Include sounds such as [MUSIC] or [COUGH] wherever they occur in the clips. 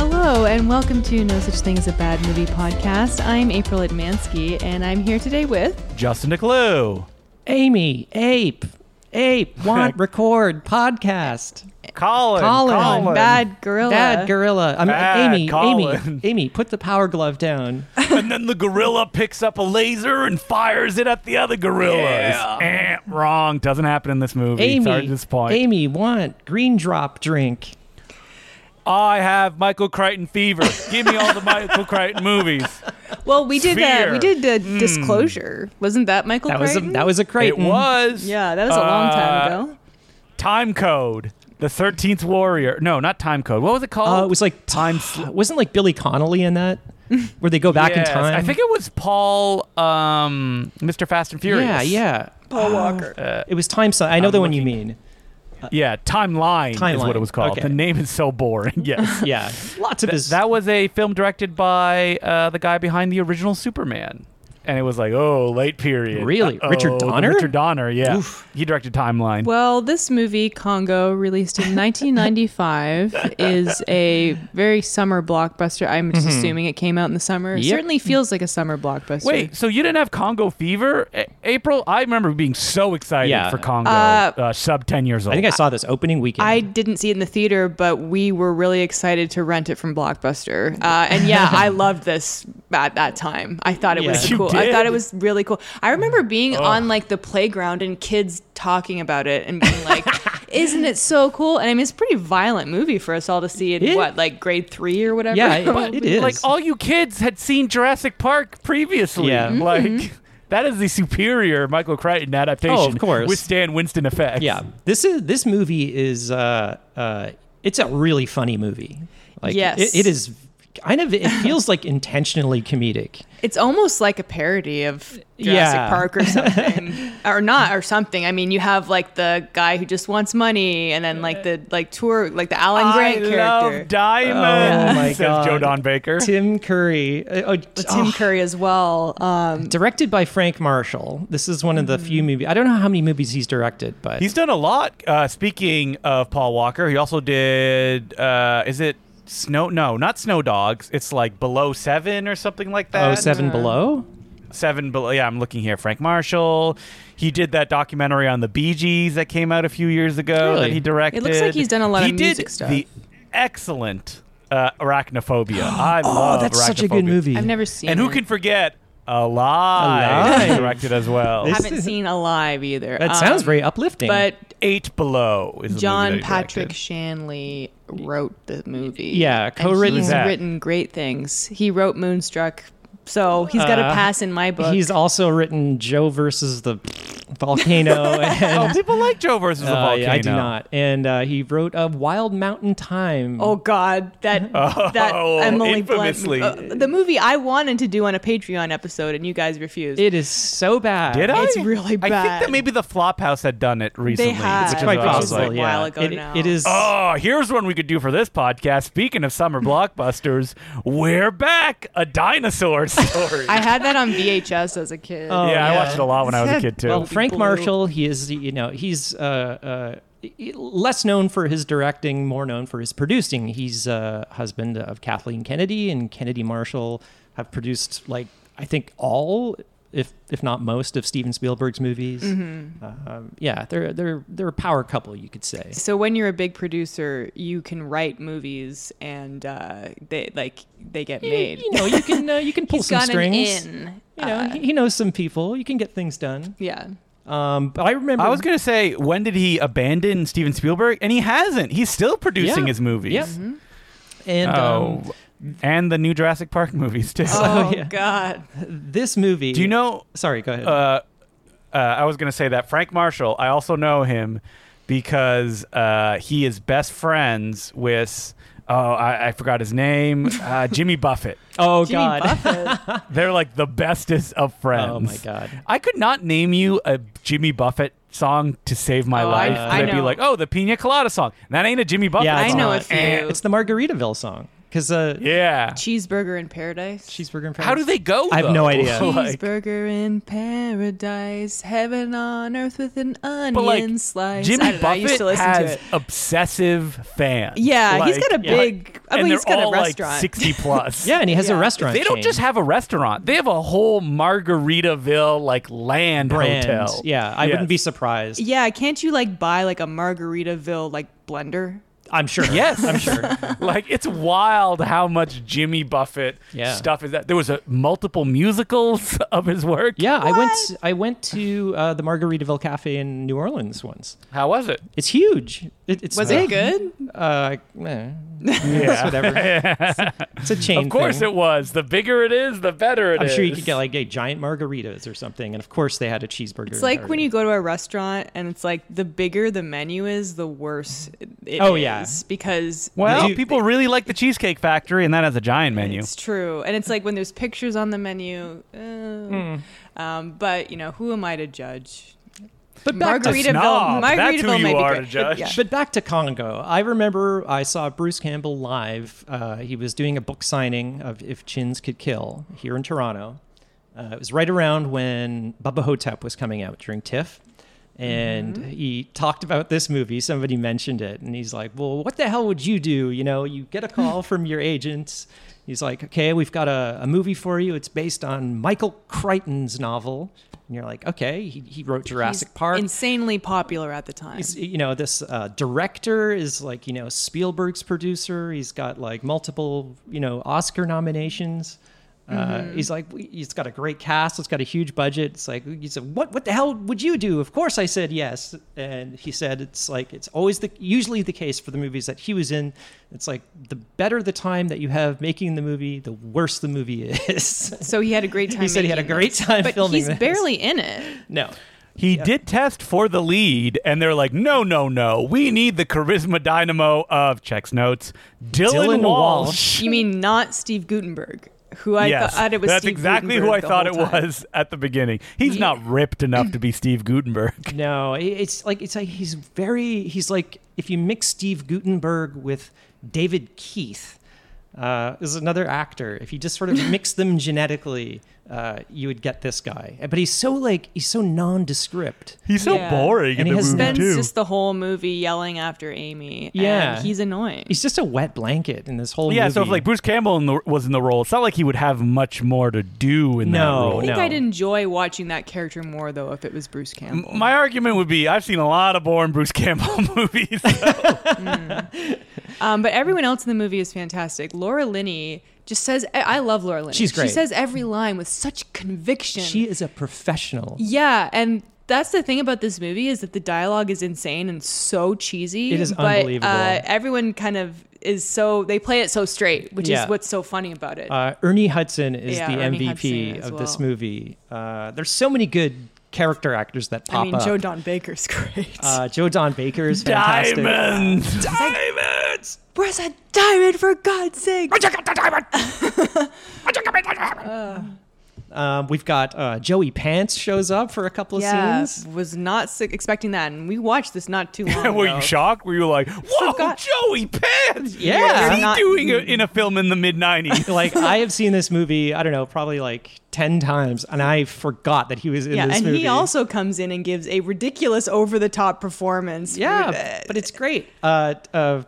and welcome to No Such Thing as a Bad Movie podcast. I'm April Admansky, and I'm here today with Justin DeClue. Amy, ape, ape, [LAUGHS] want, record, podcast, Colin. Colin. Colin. Bad Gorilla. bad gorilla. I'm Bad Amy, Colin. [LAUGHS] Amy, Amy, put the power glove down. And then the gorilla picks up a laser and fires it at the other gorillas. Eh, wrong. Doesn't happen in this movie. Sorry Amy, to disappoint. Amy, want, green drop drink. I have Michael Crichton fever. Give me all the Michael [LAUGHS] Crichton movies. Well, we did that. We Sphere. did the disclosure. Wasn't that Michael That was a, Crichton? that was a It Crichton. was. yeah, that was a long uh, time ago. Time Code. The Thirteenth Warrior. No, not Time Code. What was it called? Uh, it was like Time [SIGHS] time. sl- wasn't like Billy Connolly in that, where they go back Yes, in time. I think it was Paul, um, Mr. Fast and Furious. Yeah, yeah. Paul Walker. It was time. si- I know the one you mean. yeah. Timeline, is what Timeline. it was called. Okay. The name is so boring. [LAUGHS] Yes. Yeah, lots of his. That was a film directed by uh, the guy behind the original Superman. And it was like, oh, late period. Really? Uh-oh, Richard the Donner? Richard Donner, yeah. Oof. He directed Timeline. Well, this movie, Congo, released in 1995, is a very summer blockbuster. I'm just assuming it came out in the summer. It Yep. certainly feels like a summer blockbuster. Wait, so you didn't have Congo Fever, A- April? I remember being so excited Yeah. for Congo, Uh, uh, sub 10 years old. I think I saw this opening weekend. I didn't see it in the theater, but we were really excited to rent it from Blockbuster. Uh, and yeah, I loved this at that time. I thought it was Yes, you cool. I thought did. it was really cool. I remember being on like the playground and kids talking about it and being like, "Isn't it so cool?" And I mean, it's a pretty violent movie for us all to see in Yeah. what like grade three or whatever. [LAUGHS] yeah, it, it is. Like, all you kids had seen Jurassic Park previously. Yeah. Mm-hmm. Mhm. Like, [LAUGHS] that is the superior Michael Crichton adaptation Oh, of course. with Stan Winston effects. Yeah, this is this movie is uh, uh, it's a really funny movie. Like, Yes. it, it is kind of it feels like intentionally comedic. It's almost like a parody of Jurassic Yeah. Park [LAUGHS] or something, or not, or something. I mean, you have like the guy who just wants money, and then like the like tour, like the Alan Grant I character. love diamonds, Oh, my says God. Joe Don Baker. Tim Curry, uh, oh, Tim oh, Curry as well. Um, directed by Frank Marshall. This is one of the few Mm. movies. I don't know how many movies he's directed, but He's done a lot. Uh, speaking of Paul Walker, he also did. Uh, is it Snow? No, not Snow Dogs. It's like Below Seven or something like that. oh, Seven Below. Seven Below. Yeah, I'm looking here. Frank Marshall. He did that documentary on the Bee Gees that came out a few years ago Really? that he directed. It looks like he's done a lot he of did music stuff. The excellent uh, [GASPS] Arachnophobia. I love. oh, that's such a Arachnophobia. good movie. I've never seen. And who it. can forget? Alive, Alive. directed as well. I This [LAUGHS] haven't is- seen Alive either. That Um, sounds very uplifting. But Eight Below is the movie that John he Patrick directed. Shanley wrote the movie. Yeah, And co-written He's that. written great things. He wrote Moonstruck, so he's got a Uh, pass in my book. he's also written Joe versus the [LAUGHS] volcano and. Oh, people like Joe versus the Uh, volcano. yeah, I do not. And uh, he wrote a Wild Mountain Time. Oh God, that that Oh, Emily Blunt, infamously. uh, the movie I wanted to do on a Patreon episode, and you guys refused. It is so bad. Did I? It's really I think bad. that maybe the Flophouse had done it recently. they had, which is quite what I was possible, like, a while yeah. ago It- now. it is- uh, Oh, here's one we could do for this podcast. Speaking of summer blockbusters, we're back. A dinosaur [LAUGHS] story. [LAUGHS] I had that on VHS as a kid. Oh, yeah, I yeah. watched it a lot when I was a kid too. Well, Frank Blue. Marshall, he is, you know, he's uh, uh, less known for his directing, more known for his producing. He's uh, husband of Kathleen Kennedy, and Kennedy Marshall have produced, like, I think all, if if not most, of Steven Spielberg's movies. Mm-hmm. Um, yeah, they're they're they're a power couple, you could say. So when you're a big producer, you can write movies, and uh, they like they get made. You know, you can uh, you can [LAUGHS] pull He's some got an strings. in. You know, Uh, he, he knows some people. You can get things done. yeah. Um, but I remember I was gonna say, when did he abandon Steven Spielberg? And he hasn't. He's still producing Yeah. his movies. Yep. And Oh, um, and the new Jurassic Park movies too. Oh yeah. God. this movie. do you know Sorry, go ahead. uh, uh, I was going to say that Frank Marshall. I also know him because uh, he is best friends with. Oh, I, I forgot his [LAUGHS] name. Uh, Jimmy Buffett. oh Jimmy God. Buffett. They're like the bestest of friends. [LAUGHS] Oh my God. I could not name you a Jimmy Buffett song to save my Oh, I- life. I would be know. like, oh, the Pina Colada song. That ain't a Jimmy Buffett. Yeah, I it's know not- a few. It's the Margaritaville song because uh, Yeah. Cheeseburger in Paradise. cheeseburger and How do they go? I have though? no [LAUGHS] idea. Like- Cheeseburger in paradise, heaven on earth with an onion but like slice. I Jimmy don't know, I used Buffett to listen to has it. obsessive fans. Yeah, he's Like- got a yeah. big. I and mean, they're he's got a all restaurant. [LAUGHS] like sixty plus. Yeah, and he has a Yeah. restaurant. They don't chain. just have a restaurant. They have a whole Margaritaville like land brand. hotel. Yeah, I Yes. wouldn't be [LAUGHS] surprised. yeah, can't you like buy like a Margaritaville like blender? I'm sure. Yes. I'm sure. like it's wild how much Jimmy Buffett Yeah. stuff is that. There was a, multiple musicals [LAUGHS] of his work. [LAUGHS] Yeah, I went. I went to uh, the Margaritaville Cafe in New Orleans once. How was it? It's huge. It, it's Was it big. good? Uh, eh, it's whatever. [LAUGHS] It's, it's a chain. Of course thing. it was. The bigger it is, the better it is. I'm sure you could get like a giant margaritas or something, and of course they had a cheeseburger. It's like when you go to a restaurant and it's like the bigger the menu is, the worse it is. Oh, yeah. because Well, You- people really like the Cheesecake Factory, and that has a giant menu. it's true, and it's like when there's pictures on the menu. uh, Hmm. Um, but you know, who am I to judge? but back to Margaritaville, snob. That's who Margaritaville you might are be to good. judge. Yeah. But back to Congo. I remember I saw Bruce Campbell live. Uh, he was doing a book signing of If Chins Could Kill here in Toronto. Uh, it was right around when Bubba Hotep was coming out during TIFF. And he talked about this movie. Somebody mentioned it. And he's like, Well, what the hell would you do? You know, you get a call from your agents. He's like, Okay, we've got a, a movie for you. It's based on Michael Crichton's novel. And you're like, Okay, he, he wrote Jurassic He's Park. insanely popular at the time. He's, you know, this uh, director is like, you know, Spielberg's producer. He's got like multiple, you know, Oscar nominations. Uh, he's like, we- he's got a great cast. It's got a huge budget. It's like, he said, what, what the hell would you do? Of course I said yes. And he said, it's like, it's always the, usually the case for the movies that he was in. It's like the better the time that you have making the movie, the worse the movie [LAUGHS] is. So he had a great time. said he had a making great this. time but filming He's this. barely in it. no. He did test for the lead, and they're like, no, no, no. We need the charisma dynamo of checks notes, Dylan, Dylan Walsh. You mean not Steve Gutenberg, who I yes, thought uh, it was. that's Steve exactly who Guttenberg I the thought it whole time. was at the beginning. He's not ripped enough to be Steve Gutenberg. [LAUGHS] No, i- it's like it's like he's very he's like if you mix Steve Gutenberg with David Keith, uh, is another actor. If you just [LAUGHS] sort of mix them genetically, uh, you would get this guy. Uh, But he's so like he's so nondescript. He's so Yeah. boring And in he the has movie Spends too. just the whole movie yelling after Amy. Yeah. and he's annoying. He's just a wet blanket in this whole yeah, movie. so if like Bruce Campbell in the, was in the role, it's not like he would have much more to do in No, that role. I think no. I'd enjoy watching that character more though if it was Bruce Campbell. My argument would be I've seen a lot of boring Bruce Campbell [LAUGHS] movies. Um, but everyone else in the movie is fantastic. Laura Linney just says, I, I love Laura Linney. She's great. She says every line with such conviction. she is a professional. Yeah, and that's the thing about this movie is that the dialogue is insane and so cheesy. It is but, unbelievable. Uh, everyone kind of is so they play it so straight, which Yeah. is what's so funny about it. Uh, Ernie Hudson is Yeah, the Ernie MVP Hudson as of this well. movie. Uh, there's so many good character actors that pop I mean, up. Joe Don Baker's [LAUGHS] great. uh, Joe Don [LAUGHS] Baker is fantastic. Diamonds! Diamonds! Where's a diamond for God's sake? [LAUGHS] [LAUGHS] Um, we've got uh, Joey Pants shows up for a couple of Yeah, scenes. was not s- expecting that, and we watched this not too [LAUGHS] [LAUGHS] long Were ago. you shocked? Were you like, whoa, Forgot- Joey Pants? Yeah. What You're is he not- Mm. doing a- in a film in the [LAUGHS] mid 90s? Like I have seen this movie, I don't know, probably like ten times, and I forgot that he was in yeah, this and movie. he also comes in and gives a ridiculous over-the-top performance. yeah, but it's great. Uh, uh,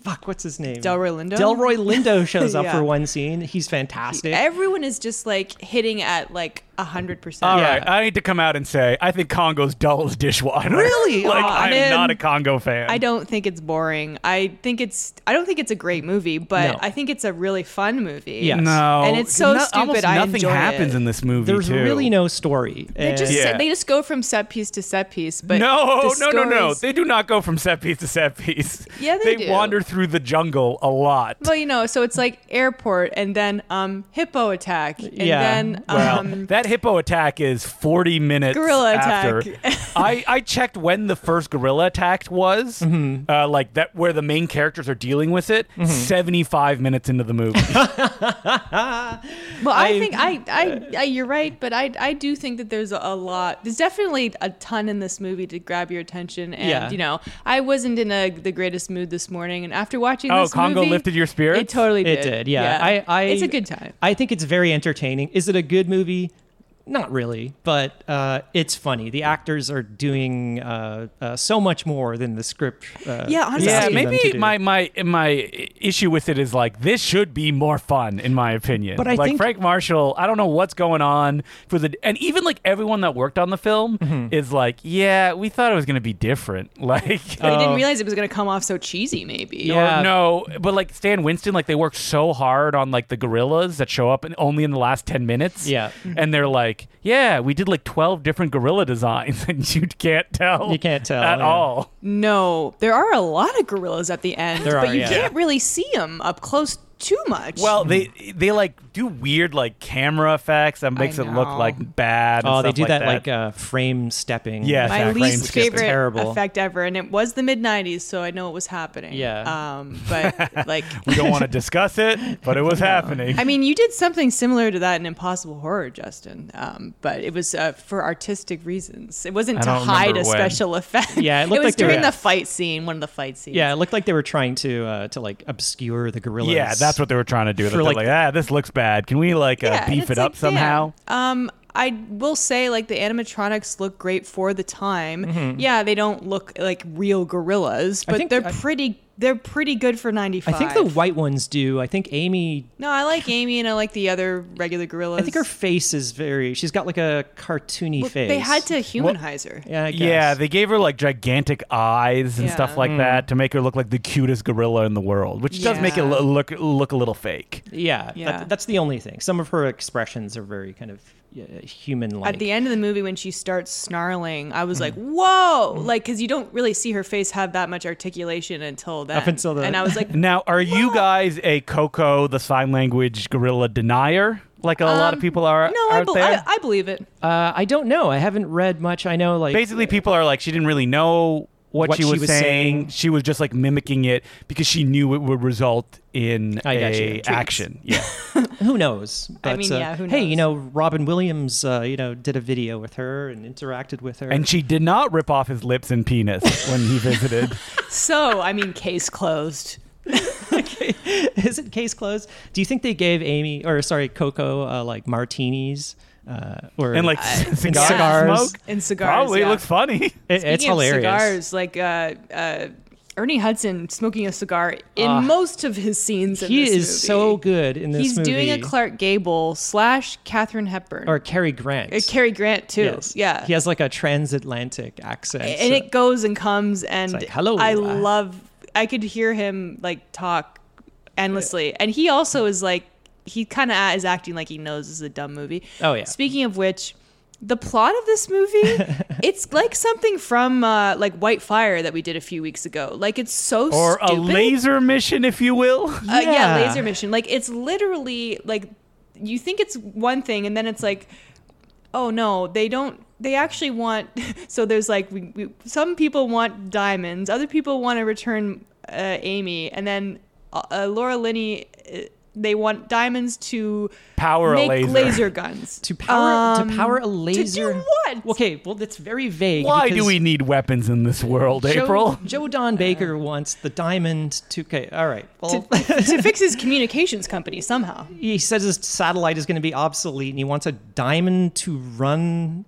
fuck, what's his name? Delroy Lindo? Delroy Lindo shows up [LAUGHS] Yeah. for one scene. He's fantastic. everyone is just like hitting at like a hundred All percent. Yeah. right, I need to come out and say I think Congo's dull as dishwater. [LAUGHS] Really? like Aw, I'm man. not a Congo fan. I don't think it's boring. I think it's I don't think it's a great movie, but No. I think it's a really fun movie. Yes. No, And it's so no- stupid, Almost I nothing enjoy happens it. in this movie. There's too. really no story. They And just Yeah. they just go from set piece to set piece, but No, the no, no, no. stories- They do not go from set piece to set piece. Yeah, they do. wander through the jungle a lot. well, you know, so it's like airport and then um hippo attack and Yeah. then Well, um [LAUGHS] that that hippo attack is 40 minutes Gorilla after. attack. I, I checked when the first gorilla attack was, uh, like that where the main characters are dealing with it, 75 minutes into the movie. Well, I, I- think I, I, I, you're right, but I, I do think that there's a lot. There's definitely a ton in this movie to grab your attention, and Yeah. you know, I wasn't in a, the greatest mood this morning, and after watching Oh, this Congo movie, lifted your spirits? It totally did. It did, yeah. I, I, it's a good time. I think it's very entertaining. Is it a good movie? Not really, but uh, it's funny. The actors are doing uh, uh, so much more than the script. Uh, Yeah, is honestly. yeah, asking them to maybe do. my my my issue with it is like this should be more fun, in my opinion. But I like think- Frank Marshall, I don't know what's going on for the and even like everyone that worked on the film is like, yeah, we thought it was gonna be different, [LAUGHS] like. But I Um, didn't realize it was going to come off so cheesy. Maybe. or Yeah. no, but like Stan Winston, like they worked so hard on like the gorillas that show up in, only in the last ten minutes. Yeah. and they're like, yeah, we did like twelve different gorilla designs, [LAUGHS] and you can't tell. You can't tell, at yeah. all. No, there are a lot of gorillas at the end, There but are, you yeah. can't really see them up close too much. Well, they they like do weird like camera effects that makes it look know. like bad. and Oh, they stuff do like that, like uh, frame stepping. Yeah, my Exactly. least Frame skipping. favorite Terrible. effect ever, and it was the mid '90s, so I know it was happening. Yeah. Um, [LAUGHS] but like, we don't want to discuss it, but it was happening. I mean, you did something similar to that in Impossible Horror, Justin. Um, but it was uh, for artistic reasons. It wasn't I to don't hide a remember when. special effect. Yeah, it it, looked was like they were- during the fight scene, one of the fight scenes. Yeah, it looked like they were trying to uh, to like obscure the gorillas. yeah, that's what they were trying to do. They're like- like, ah, this looks bad. Can we like uh, Yeah, and beef it's it up like, somehow? damn. Um, I will say, like the animatronics look great for the time. Yeah, they don't look like real gorillas, but think- they're Mm-hmm. I- pretty. They're pretty good for I '95. think the white ones do. I think Amy. No, I like Amy and I like the other regular gorillas. I think her face is very. She's got like a cartoony Well, face. They had to humanize her. Yeah, I Yeah, guess. they gave her like gigantic eyes and Yeah. stuff like that to make her look like the cutest gorilla in the world, which does make it Yeah. lo- look look a little fake. Yeah, that- Yeah. that's the only thing. Some of her expressions are very kind of uh, human-like. At the end of the movie, when she starts snarling, I was like, Mm-hmm. "Whoa!" Like, because you don't really see her face have that much articulation until then. Up until then. and I was [LAUGHS] like, Now, are you guys a Coco the sign language gorilla denier? Like a lot of people are. Um, "No, I, out bel there? I, I believe it." Uh, I don't know. I haven't read much. I know, like basically people are like she didn't really know what, she, was saying. she was just like mimicking it because she knew it would result in I got you. a Treats. action yeah who knows? But, mean, uh, yeah, who Hey, you knows? know, Robin Williams, uh, you know, did a video with her and interacted with her. and she did not rip off his lips and penis [LAUGHS] when he visited So, I mean, case closed. [LAUGHS] is it case closed? Do you think they gave Amy or sorry Coco uh, like martinis uh, or and like [LAUGHS] cigar cigars. smoke and cigars. probably yeah. looks [LAUGHS] funny It- it's Speaking of hilarious. Cigars, like uh, uh, Ernie Hudson smoking a cigar in Ah. most of his scenes. in He this is movie. so good in this He's movie. doing a Clark Gable slash Catherine Hepburn or Cary Grant. Uh, Cary Grant too. Yes. Yeah, He has like a transatlantic accent. and it goes and comes and like, hello, I uh, love. I could hear him like talk endlessly, and he also is like he kind of is acting like he knows this is a dumb movie. Oh, yeah. Speaking of which. The plot of this [LAUGHS] movie, it's like something from uh, like White Fire that we did a few weeks ago. Like it's so or a stupid. laser mission if you will Uh, yeah. Yeah. laser mission. Like it's literally like you think it's one thing, and then it's like, oh no, they don't. They actually want. [LAUGHS] So there's like we, we, some people want diamonds, other people want to return uh, Amy, and then uh, uh, Laura Linney. Uh, they want diamonds to Power a make laser. guns. [LAUGHS] to power Um, to power a laser. what? Okay, well that's very vague. why do because we need weapons in this world Joe, april Joe Don Baker wants the diamond to. Okay, all right. Well, [LAUGHS] [LAUGHS] to fix his communications company somehow. he says his satellite is going to be obsolete, and he wants a diamond to run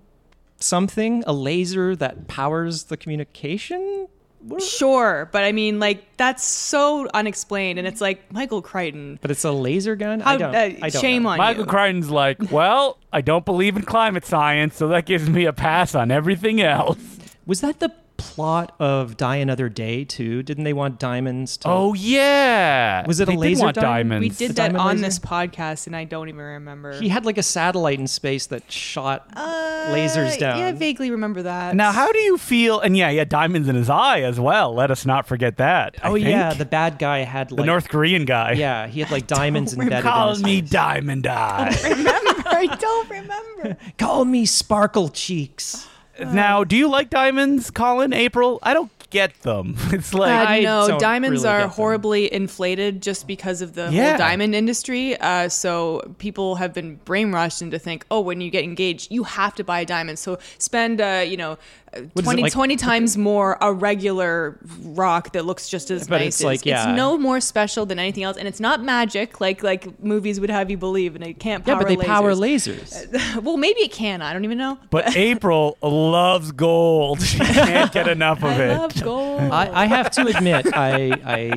something, a laser that powers the communication. Sure, but I mean, like that's so unexplained, and it's like Michael Crichton. But it's a laser gun. I How, don't. uh, I don't shame know. on Michael you. Crichton's [LAUGHS] like, well, I don't believe in climate science, so that gives me a pass on everything else. Was that the plot of Die Another Day too? Didn't they want diamonds? To, Oh yeah. Was it a They did laser want diamond? diamonds? We did The that diamond on laser? this podcast, and I don't even remember. he had like a satellite in space that shot lasers down. Uh, Yeah, I vaguely remember that. [LAUGHS] Now, how do you feel? And yeah, yeah, diamonds in his eye as well. Let us not forget that. I oh yeah, think. the bad guy had [LAUGHS] like the North Korean guy. Yeah, he had like diamonds embedded. in Call his me [LAUGHS] face. Diamond Eye. I don't remember. Call me Sparkle Cheeks. Um, now, do you like diamonds, Colin? April? I don't get them. [LAUGHS] It's like I Uh, no, don't diamonds really get are them. horribly inflated just because of the Yeah. whole diamond industry. Uh, so people have been brainwashed into think, oh, when you get engaged, you have to buy a diamond. So spend, uh, you know, uh, it, 20, like- 20 times more a regular rock that looks just as But nice. it's like, yeah. it's no more special than anything else, and it's not magic like like movies would have you believe, and it can't power. yeah, but they power lasers. lasers. [LAUGHS] well, maybe it can. I don't even know. [LAUGHS] But April loves gold. She can't [LAUGHS] get enough of I it. love gold. [LAUGHS] I, I have to admit, [LAUGHS] I, I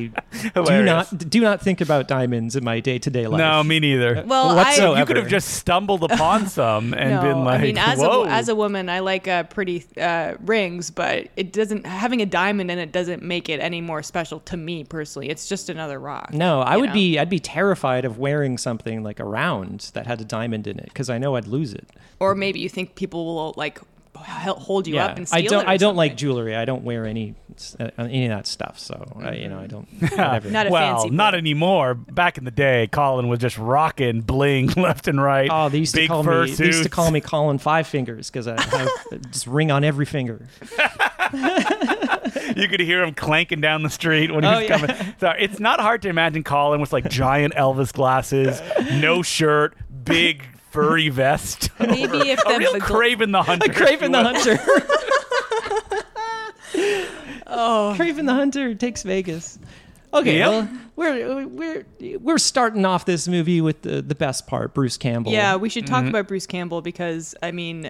do Hilarious. not do not think about diamonds in my day to day life. No, me neither. Well, whatsoever. I, you could have just stumbled [LAUGHS] upon some and no, been like, I mean, as "Whoa." a as a woman, I like uh, pretty uh, rings, but it doesn't having a diamond in it doesn't make it any more special to me personally. It's just another rock. No, I you would know? be I'd be terrified of wearing something like a round that had a diamond in it because I know I'd lose it. Or maybe you think people will like h- hold you up and steal I don't It or I don't like something. jewelry. I don't wear any uh, any of that stuff. So I, you know [LAUGHS] I don't. whatever. Not a well, fancy. not book. anymore. Back in the day, Colin was just rocking bling [LAUGHS] left and right. Oh, they used Big to call fur me. They used to suits. call me Colin Five Fingers because I [LAUGHS] have just ring on every finger. You could hear him clanking down the street when he Oh, was yeah. coming. So it's not hard to imagine Colin with like giant Elvis glasses, no shirt, big furry vest. [LAUGHS] Maybe if A the, real the gl- Craven the [LAUGHS] Hunter. Craven the Hunter. [LAUGHS] oh, Craven the Hunter takes Vegas. Okay, Yep. well, we're we're we're starting off this movie with the, the best part, Bruce Campbell. yeah, we should talk Mm-hmm. about Bruce Campbell because I mean,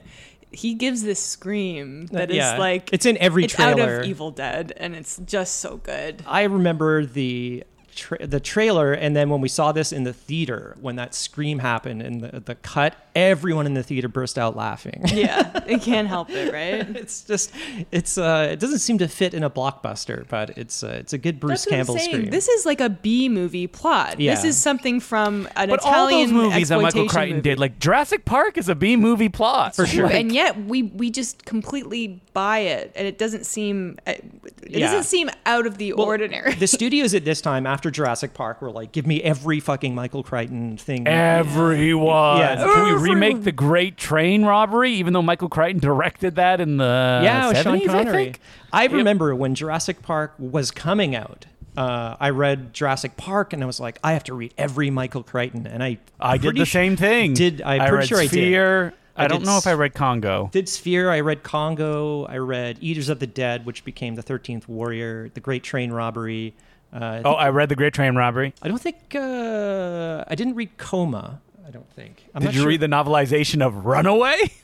he gives this scream that is Uh, yeah. like It's in every it's out trailer. of Evil Dead, and it's just so good. I remember the tra- the trailer, and then when we saw this in the theater, when that scream happened and the, the cut, everyone in the theater burst out laughing. [LAUGHS] Yeah, it can't help it, right? it's just it's uh it doesn't seem to fit in a blockbuster, but it's uh, it's a good That's Bruce what I'm Campbell saying. scream. This is like a B movie plot. This Yeah. is something from an But all Italian those movies that Michael exploitation Crichton movie. did, like Jurassic Park, is a B movie plot For sure. and yet we we just completely buy it, and it doesn't seem uh, it Yeah. doesn't seem out of the Well, ordinary. the studios at this time after Jurassic Park were like, give me every fucking Michael Crichton thing. Everyone. Yeah. Can we remake the Great Train Robbery, even though Michael Crichton directed that in the yeah, with 70s, uh, Sean I Connery. think? I remember when Jurassic Park was coming out. Uh, I read Jurassic Park and I was like, I have to read every Michael Crichton, and I I did pretty the su- same thing. Did I'm I pretty read sure I did. Sphere. I, I don't did know s- if I read Congo. Did Sphere, I read Congo, I read Eaters of the Dead, which became the 13th Warrior, The Great Train Robbery. Uh, Oh, I read the Great Train Robbery. I don't think, uh, I didn't read Coma, I don't think. I'm Did not you sure. read the novelization of Runaway? [LAUGHS]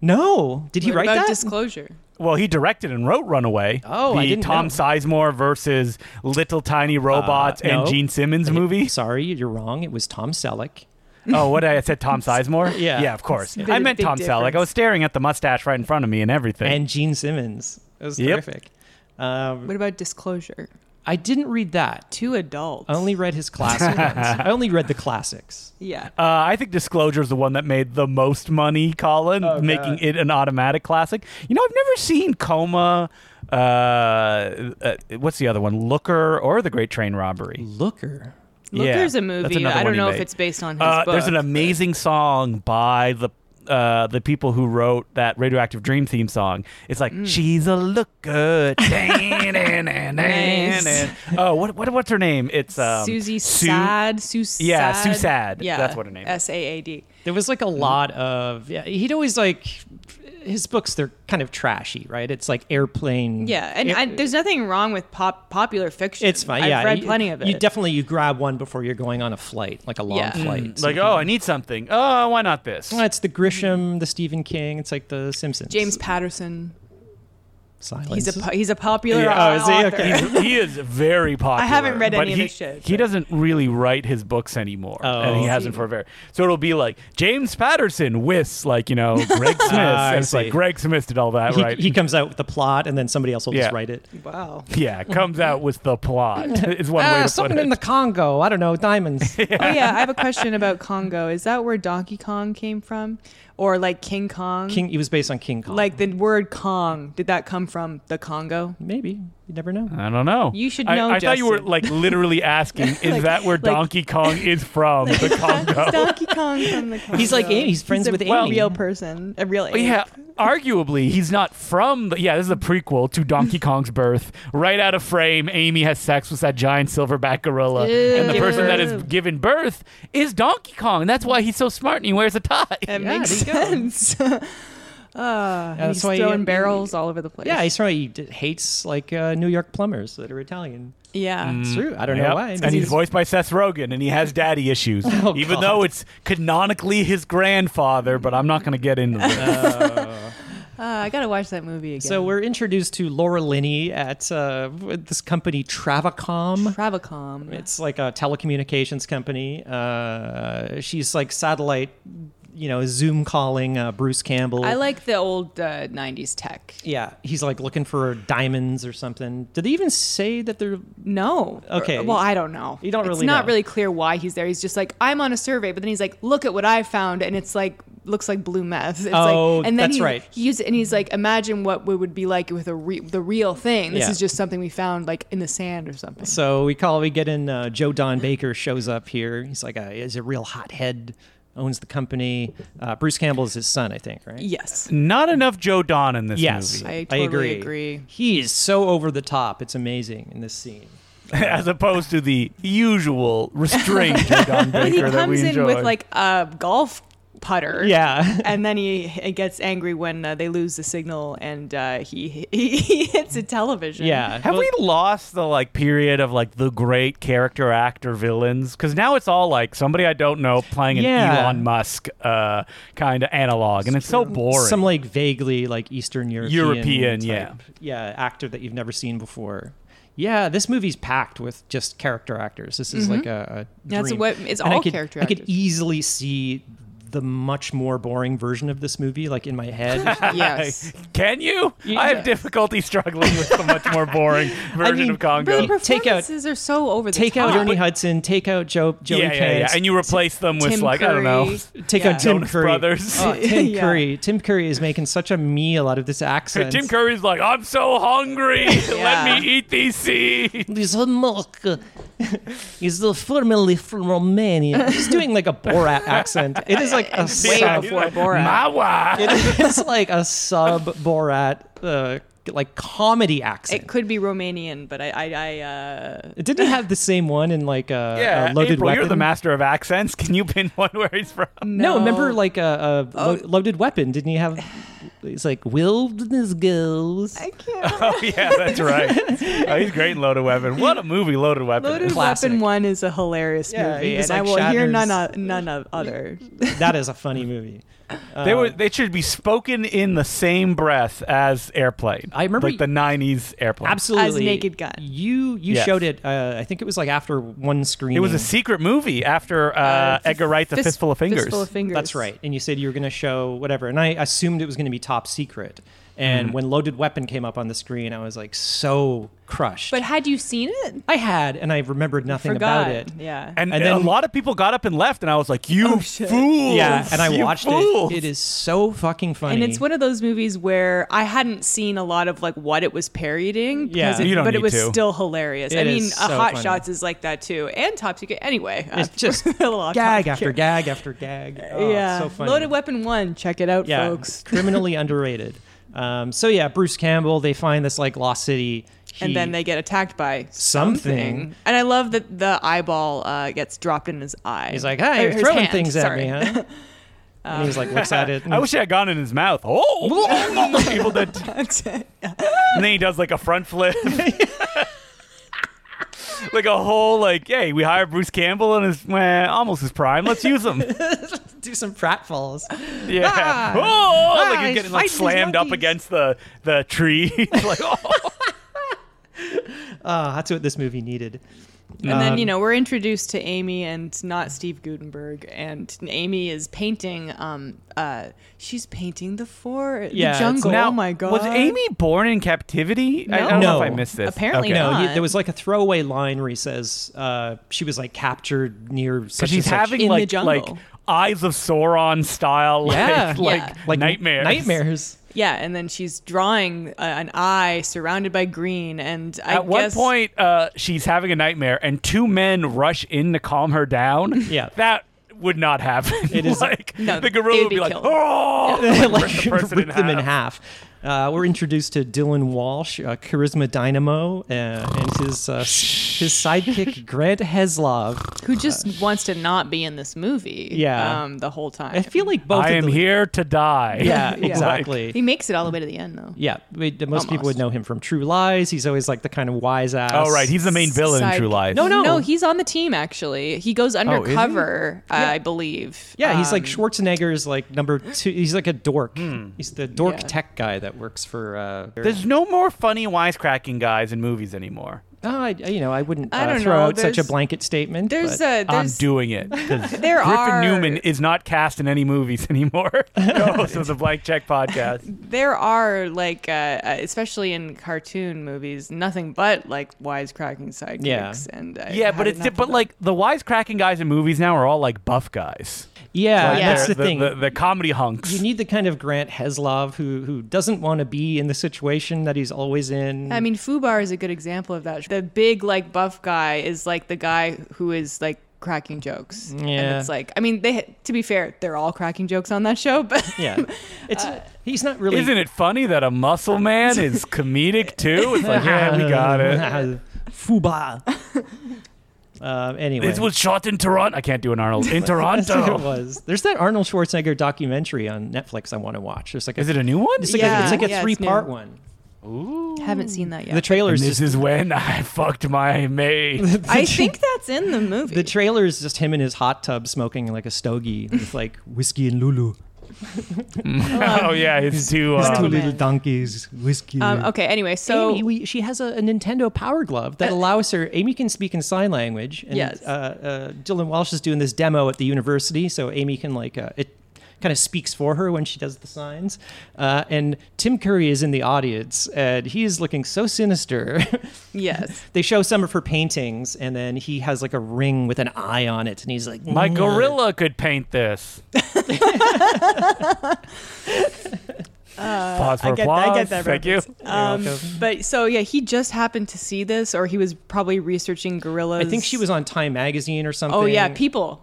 No. Did he What write about that? disclosure? Well, he directed and wrote Runaway. Oh, the I didn't Tom know. Sizemore versus Little Tiny Robots Uh, and no. Gene Simmons movie. Sorry, you're wrong. It was Tom Selleck. [LAUGHS] oh, what did I said [LAUGHS] Tom Sizemore? Yeah. yeah, of course. It's a I big- meant big Tom Selleck. I difference. was staring at the mustache right in front of me and everything. and Gene Simmons. It was Yep. terrific. Um, What about disclosure? I didn't read that. Two adults. I only read his [LAUGHS] classic ones. I only read the classics. yeah. Uh, I think Disclosure is the one that made the most money, Colin, Oh, God. making it an automatic classic. You know, I've never seen Coma. Uh, uh, what's the other one? Looker or The Great Train Robbery? Looker. Look, yeah, there's a that's movie. another I one don't he know made. if it's based on his Uh, book. there's an amazing song by the uh, the people who wrote that Radioactive Dream theme song. It's like she's a looker. Nice. Oh, what, what what's her name? It's um, Susie Sue- Sad. Sue Yeah, Sue Sad. Sad. Yeah, That's what her name is. S A A D. There was like a lot of yeah. He'd always like his books. They're kind of trashy, right? It's like airplane. Yeah, and Air- I, there's nothing wrong with pop popular fiction. it's fine. I've yeah, read you- plenty of it. You definitely you grab one before you're going on a flight, like a long Yeah. flight. So Like, you can- oh, I need something. Oh, why not this? Well, it's the Grisham, the Stephen King. It's like the Simpsons. James Patterson. Silence. He's a po- he's a popular Yeah. Oh, is he? author. Okay. He's- he is very popular. haven't read but any of he, his shit, He but- doesn't really write his books anymore, and he Oh. hasn't for very. So it'll be like James Patterson with like you know Greg Smith. Ah, I and it's see. like Greg Smith did all that, he, right? he comes out with the plot, and then somebody else will Yeah. just write it. Wow. [LAUGHS] yeah, comes out with the plot. Is one way Ah, to something put it. in the Congo. I don't [LAUGHS] know. Diamonds. [LAUGHS] Oh yeah, I have a question about Congo. Is that where Donkey Kong came from, or like King Kong? King. He was based on King Kong. Like the word Kong, did that come from the Congo? Maybe you never know. I don't know. You should I- know, I, thought you were Justin. like [LAUGHS] literally asking, is Like- that where like- [LAUGHS] Donkey Kong is from? the [LAUGHS] Congo. [LAUGHS] Donkey Kong from the Congo. He's like Amy. He's friends a with well, Amy. Oh, real person, a real. But ape. yeah, arguably he's not from the yeah, this is a prequel to Donkey Kong's birth. Right out of frame, Amy has sex with that giant silverback gorilla. And the Ew. person that Ew. is given birth is Donkey Kong, and that's why he's so smart and he wears a tie. That Yeah, makes there you sense. [LAUGHS] Ah, that's he's why throwing you- barrels all over the place. Yeah, he's probably he d- hates like uh, New York plumbers that are Italian. yeah. It's true. I don't Mm. Yep. know why. And he's voiced by Seth Rogen, and he has [LAUGHS] daddy issues, Oh, even God. though it's canonically his grandfather. But I'm not going to get into that. Uh, I gotta watch that movie again. So we're introduced to Laura Linney at uh, this company Travacom. Travacom. It's like a telecommunications company. Uh, she's like satellite, you know, Zoom calling uh, Bruce Campbell. I like the old uh, '90s tech. yeah, he's like looking for diamonds or something. Did they even say that they're? No. Okay. Well, I don't know. You don't It's really not know. really clear why he's there. He's just like, I'm on a survey, but then he's like, look at what I found, and it's like looks like blue meth. It's Oh, like, and then that's he, right. He used, and he's like, imagine what it would be like with a re- the real thing. This Yeah. is just something we found like in the sand or something. So we call. We get in. Uh, Joe Don Baker shows up here. He's like a is a real hothead. Owns the company. Uh, Bruce Campbell is his son, I think, right? Yes. [LAUGHS] not enough Joe Don in this Yes, movie, I totally agree. He is so over the top. It's amazing in this scene. [LAUGHS] as opposed to the usual restrained Joe [LAUGHS] Don Baker But he that we comes in enjoy. with like a golf putter. Yeah. [LAUGHS] And then he, he gets angry when uh, they lose the signal and uh, he, he [LAUGHS] he hits a television. Yeah. Have we lost the like period of like the great character actor villains? Because now it's all like somebody I don't know playing an Yeah. Elon Musk uh, kind of analog, and it's so boring. Some like vaguely like Eastern European European, type, yeah. yeah actor that you've never seen before. Yeah, this movie's packed with just character actors. This is like a, Mm-hmm. a That's dream. what- it's I all could, character I could actors. easily see the much more boring version of this movie like in [LAUGHS] my head. [LAUGHS] Yes. Can you? Yeah. I have difficulty struggling with the much [LAUGHS] more boring version mean, of But Congo. the Take out- performances are so over the take top. out Ernie Hudson, take out Joe Joey yeah, yeah, yeah. Pants, And you replace them with Tim like I don't know. [LAUGHS] Curry. take out Yeah. Tim Jonas Curry. Brothers. Oh, Tim Yeah. Curry. Tim Curry is making such a meal out of this [LAUGHS] accent. Tim Curry's like, I'm [LAUGHS] so hungry. [LAUGHS] Yeah. Let me eat these [LAUGHS] seeds. This milk is formerly from Romania. He's doing like a Borat accent. It is like [LAUGHS] a Way sub. before Borat. Uh, My wife. It's like a sub Borat, uh, like comedy It accent. could be Romanian, but I, I, I uh, It didn't have the same one in like a, yeah, a loaded April, weapon. you're the master of accents. Can you pin one where he's from? [LAUGHS] No. No, Oh. remember like a, a lo- loaded weapon? Didn't he have? It's like wilderness girls. I [LAUGHS] can't. Oh yeah, that's right. Oh, he's great in Loaded Weapon. What a movie Loaded Weapon Loaded is. Classic. Weapon One is a hilarious Yeah, movie, he was and I will like hear Shatner's- none of none of other. that is a funny movie. Um, They were they should be spoken in the same breath as Airplane. I remember- like the '90s Airplane. Absolutely, Naked Gun. You you Yes. showed it. Uh, I think it was like after one screen. It was a secret movie after uh, Edgar Wright's A Fist- Fistful of Fingers. Fistful of fingers. That's right. And you said you were going to show whatever. And I assumed it was going to be top secret. And Mm-hmm. when Loaded Weapon came up on the screen, I was like so crushed. But had you seen it? I had, and I remembered nothing Forgot. about it. Yeah. And, And a then- lot of people got up and left, and I was like, "You shit. fools!" Yeah, and I you watched fools. it. It is so fucking funny. And it's one of those movies where I hadn't seen a lot of like what it was parodying. Yeah. because it- You don't but need it was to. still hilarious. I It mean, is uh, so Hot funny. Shots is like that too, and Top Secret. Anyway, uh, It's [LAUGHS] just a little off gag topic after here. gag after gag. [LAUGHS] Oh, yeah, so funny. Loaded Weapon One. Check it out, yeah, folks. [LAUGHS] criminally underrated. Um, so yeah, Bruce Campbell. They find this like lost city, He- and then they get attacked by Something. something. And I love that the eyeball uh, gets dropped in his eye. He's like, Or "Hey, you're his throwing hand, things at sorry. [LAUGHS] me, huh?" and he's like, looks at it. I wish it had gone in his mouth. Oh, [LAUGHS] people that, and then he does like a front flip, [LAUGHS] like a whole like, "Hey, we hire Bruce Campbell and his well, almost his prime. Let's use him." do some [LAUGHS] pratfalls. Yeah. Ah! [LAUGHS] oh, like Ah, he's he's getting like fighting these slammed up monkeys. against the the tree. [LAUGHS] It's like, oh. Uh, that's what this movie needed. And then, Um, you know, we're introduced to Amy and not Steve Gutenberg. And Amy is painting, um, uh, she's painting the forest, Yeah, the it's- jungle. Now, oh my God. Was Amy born in captivity? I, I don't know No. if I missed this. Apparently Okay. not. No, he, there was like a throwaway line where he says uh, she was like captured near Because such she's and such. having in the like jungle. like eyes of Sauron style, [LAUGHS] Yeah. [LAUGHS] like, like, Yeah. nightmares. [LAUGHS] nightmares. Yeah, and then she's drawing uh, an eye surrounded by green, and I At one guess- point, uh, she's having a nightmare, and two men rush in to calm her down. Yeah. that would not happen. [LAUGHS] It is- is like No, the gorilla they'd would be be like, killed. oh, and like rip the person rip in them in half. half. Uh, we're introduced to Dylan Walsh, uh, charisma dynamo, uh, and his uh, s- his sidekick Grant Heslov. who just wants to not be in this movie. Yeah. um, the whole time. I feel like both. I of am the- here to die. Yeah, [LAUGHS] Like, exactly. he makes it all the way to the end though. yeah, we- most people would Almost. know him from True Lies. He's always like the kind of wise ass. oh, right. He's the main villain in Side- True Life. No, no. no, he's on the team actually. He goes he? undercover, I believe. yeah, he's like Um, Schwarzenegger's like number two. He's like a dork. He's the dork Yeah. tech guy that works for. Uh, Hmm. There's no more funny wisecracking guys in movies anymore. oh, I, you know, I wouldn't I uh, don't throw know, out such a there's- blanket statement. There's but- a I'm there's doing it. [LAUGHS] 'cause there Griffin are Newman is not cast in any movies [LAUGHS] anymore. [LAUGHS] host of the Blank Check podcast. [LAUGHS] there are like uh, uh, especially in cartoon movies nothing but like wisecracking sidekicks Yeah. and uh, Yeah, but had it's enough of but them. like the wisecracking guys in movies now are all like buff guys. yeah, Like, Yeah. Uh, that's they're- the, thing. The, the comedy hunks. You need the kind of Grant Heslov who who doesn't want to be in the situation that he's always in. I mean, Fubar is a good example of that. The big, like, buff guy is like the guy who is like cracking jokes. And Yeah. it's like, I mean, they, to be fair, they're all cracking jokes on that show, but yeah, it's uh, he's not really. Isn't it funny that a muscle [LAUGHS] man is comedic too? It's like, yeah, we got it. [LAUGHS] [LAUGHS] Fuba. Um, anyway, This [LAUGHS] was shot in Toronto. I can't do an Arnold in That's what it Toronto. was. There's that Arnold Schwarzenegger documentary on Netflix I want to watch. There's like a, Is it a new one? it's like Yeah. a, it's like a Yeah, it's three part new. one. [LAUGHS] haven't seen that yet. The trailer's And just this is when I [LAUGHS] fucked my maid. [LAUGHS] I think that's in [LAUGHS] the movie. the trailer is just him in his hot tub smoking like a [LAUGHS] stogie with like whiskey and Lulu. oh yeah, it's too. His Uh, two man. little donkeys, whiskey. um, okay, anyway, so. Uh, Amy, we, she has a, a Nintendo Power Glove that allows her. Amy can speak in sign language, and Yes. uh, uh, Dylan Walsh is doing this demo at the university, so Amy can like uh, it kind of speaks for her when she does the signs. Uh, and Tim Curry is in the audience, and he is looking so sinister. [LAUGHS] yes. they show some of her paintings, and then he has like a ring with an eye on it, and he's like, my "Mm." gorilla could paint [LAUGHS] this. Pause for Uh, I get, applause. I get that. Thank you. reference. You're Um, welcome. but so, yeah, he just happened to see this, or he was probably researching gorillas. I think she was on Time Magazine or something. Oh, yeah, people.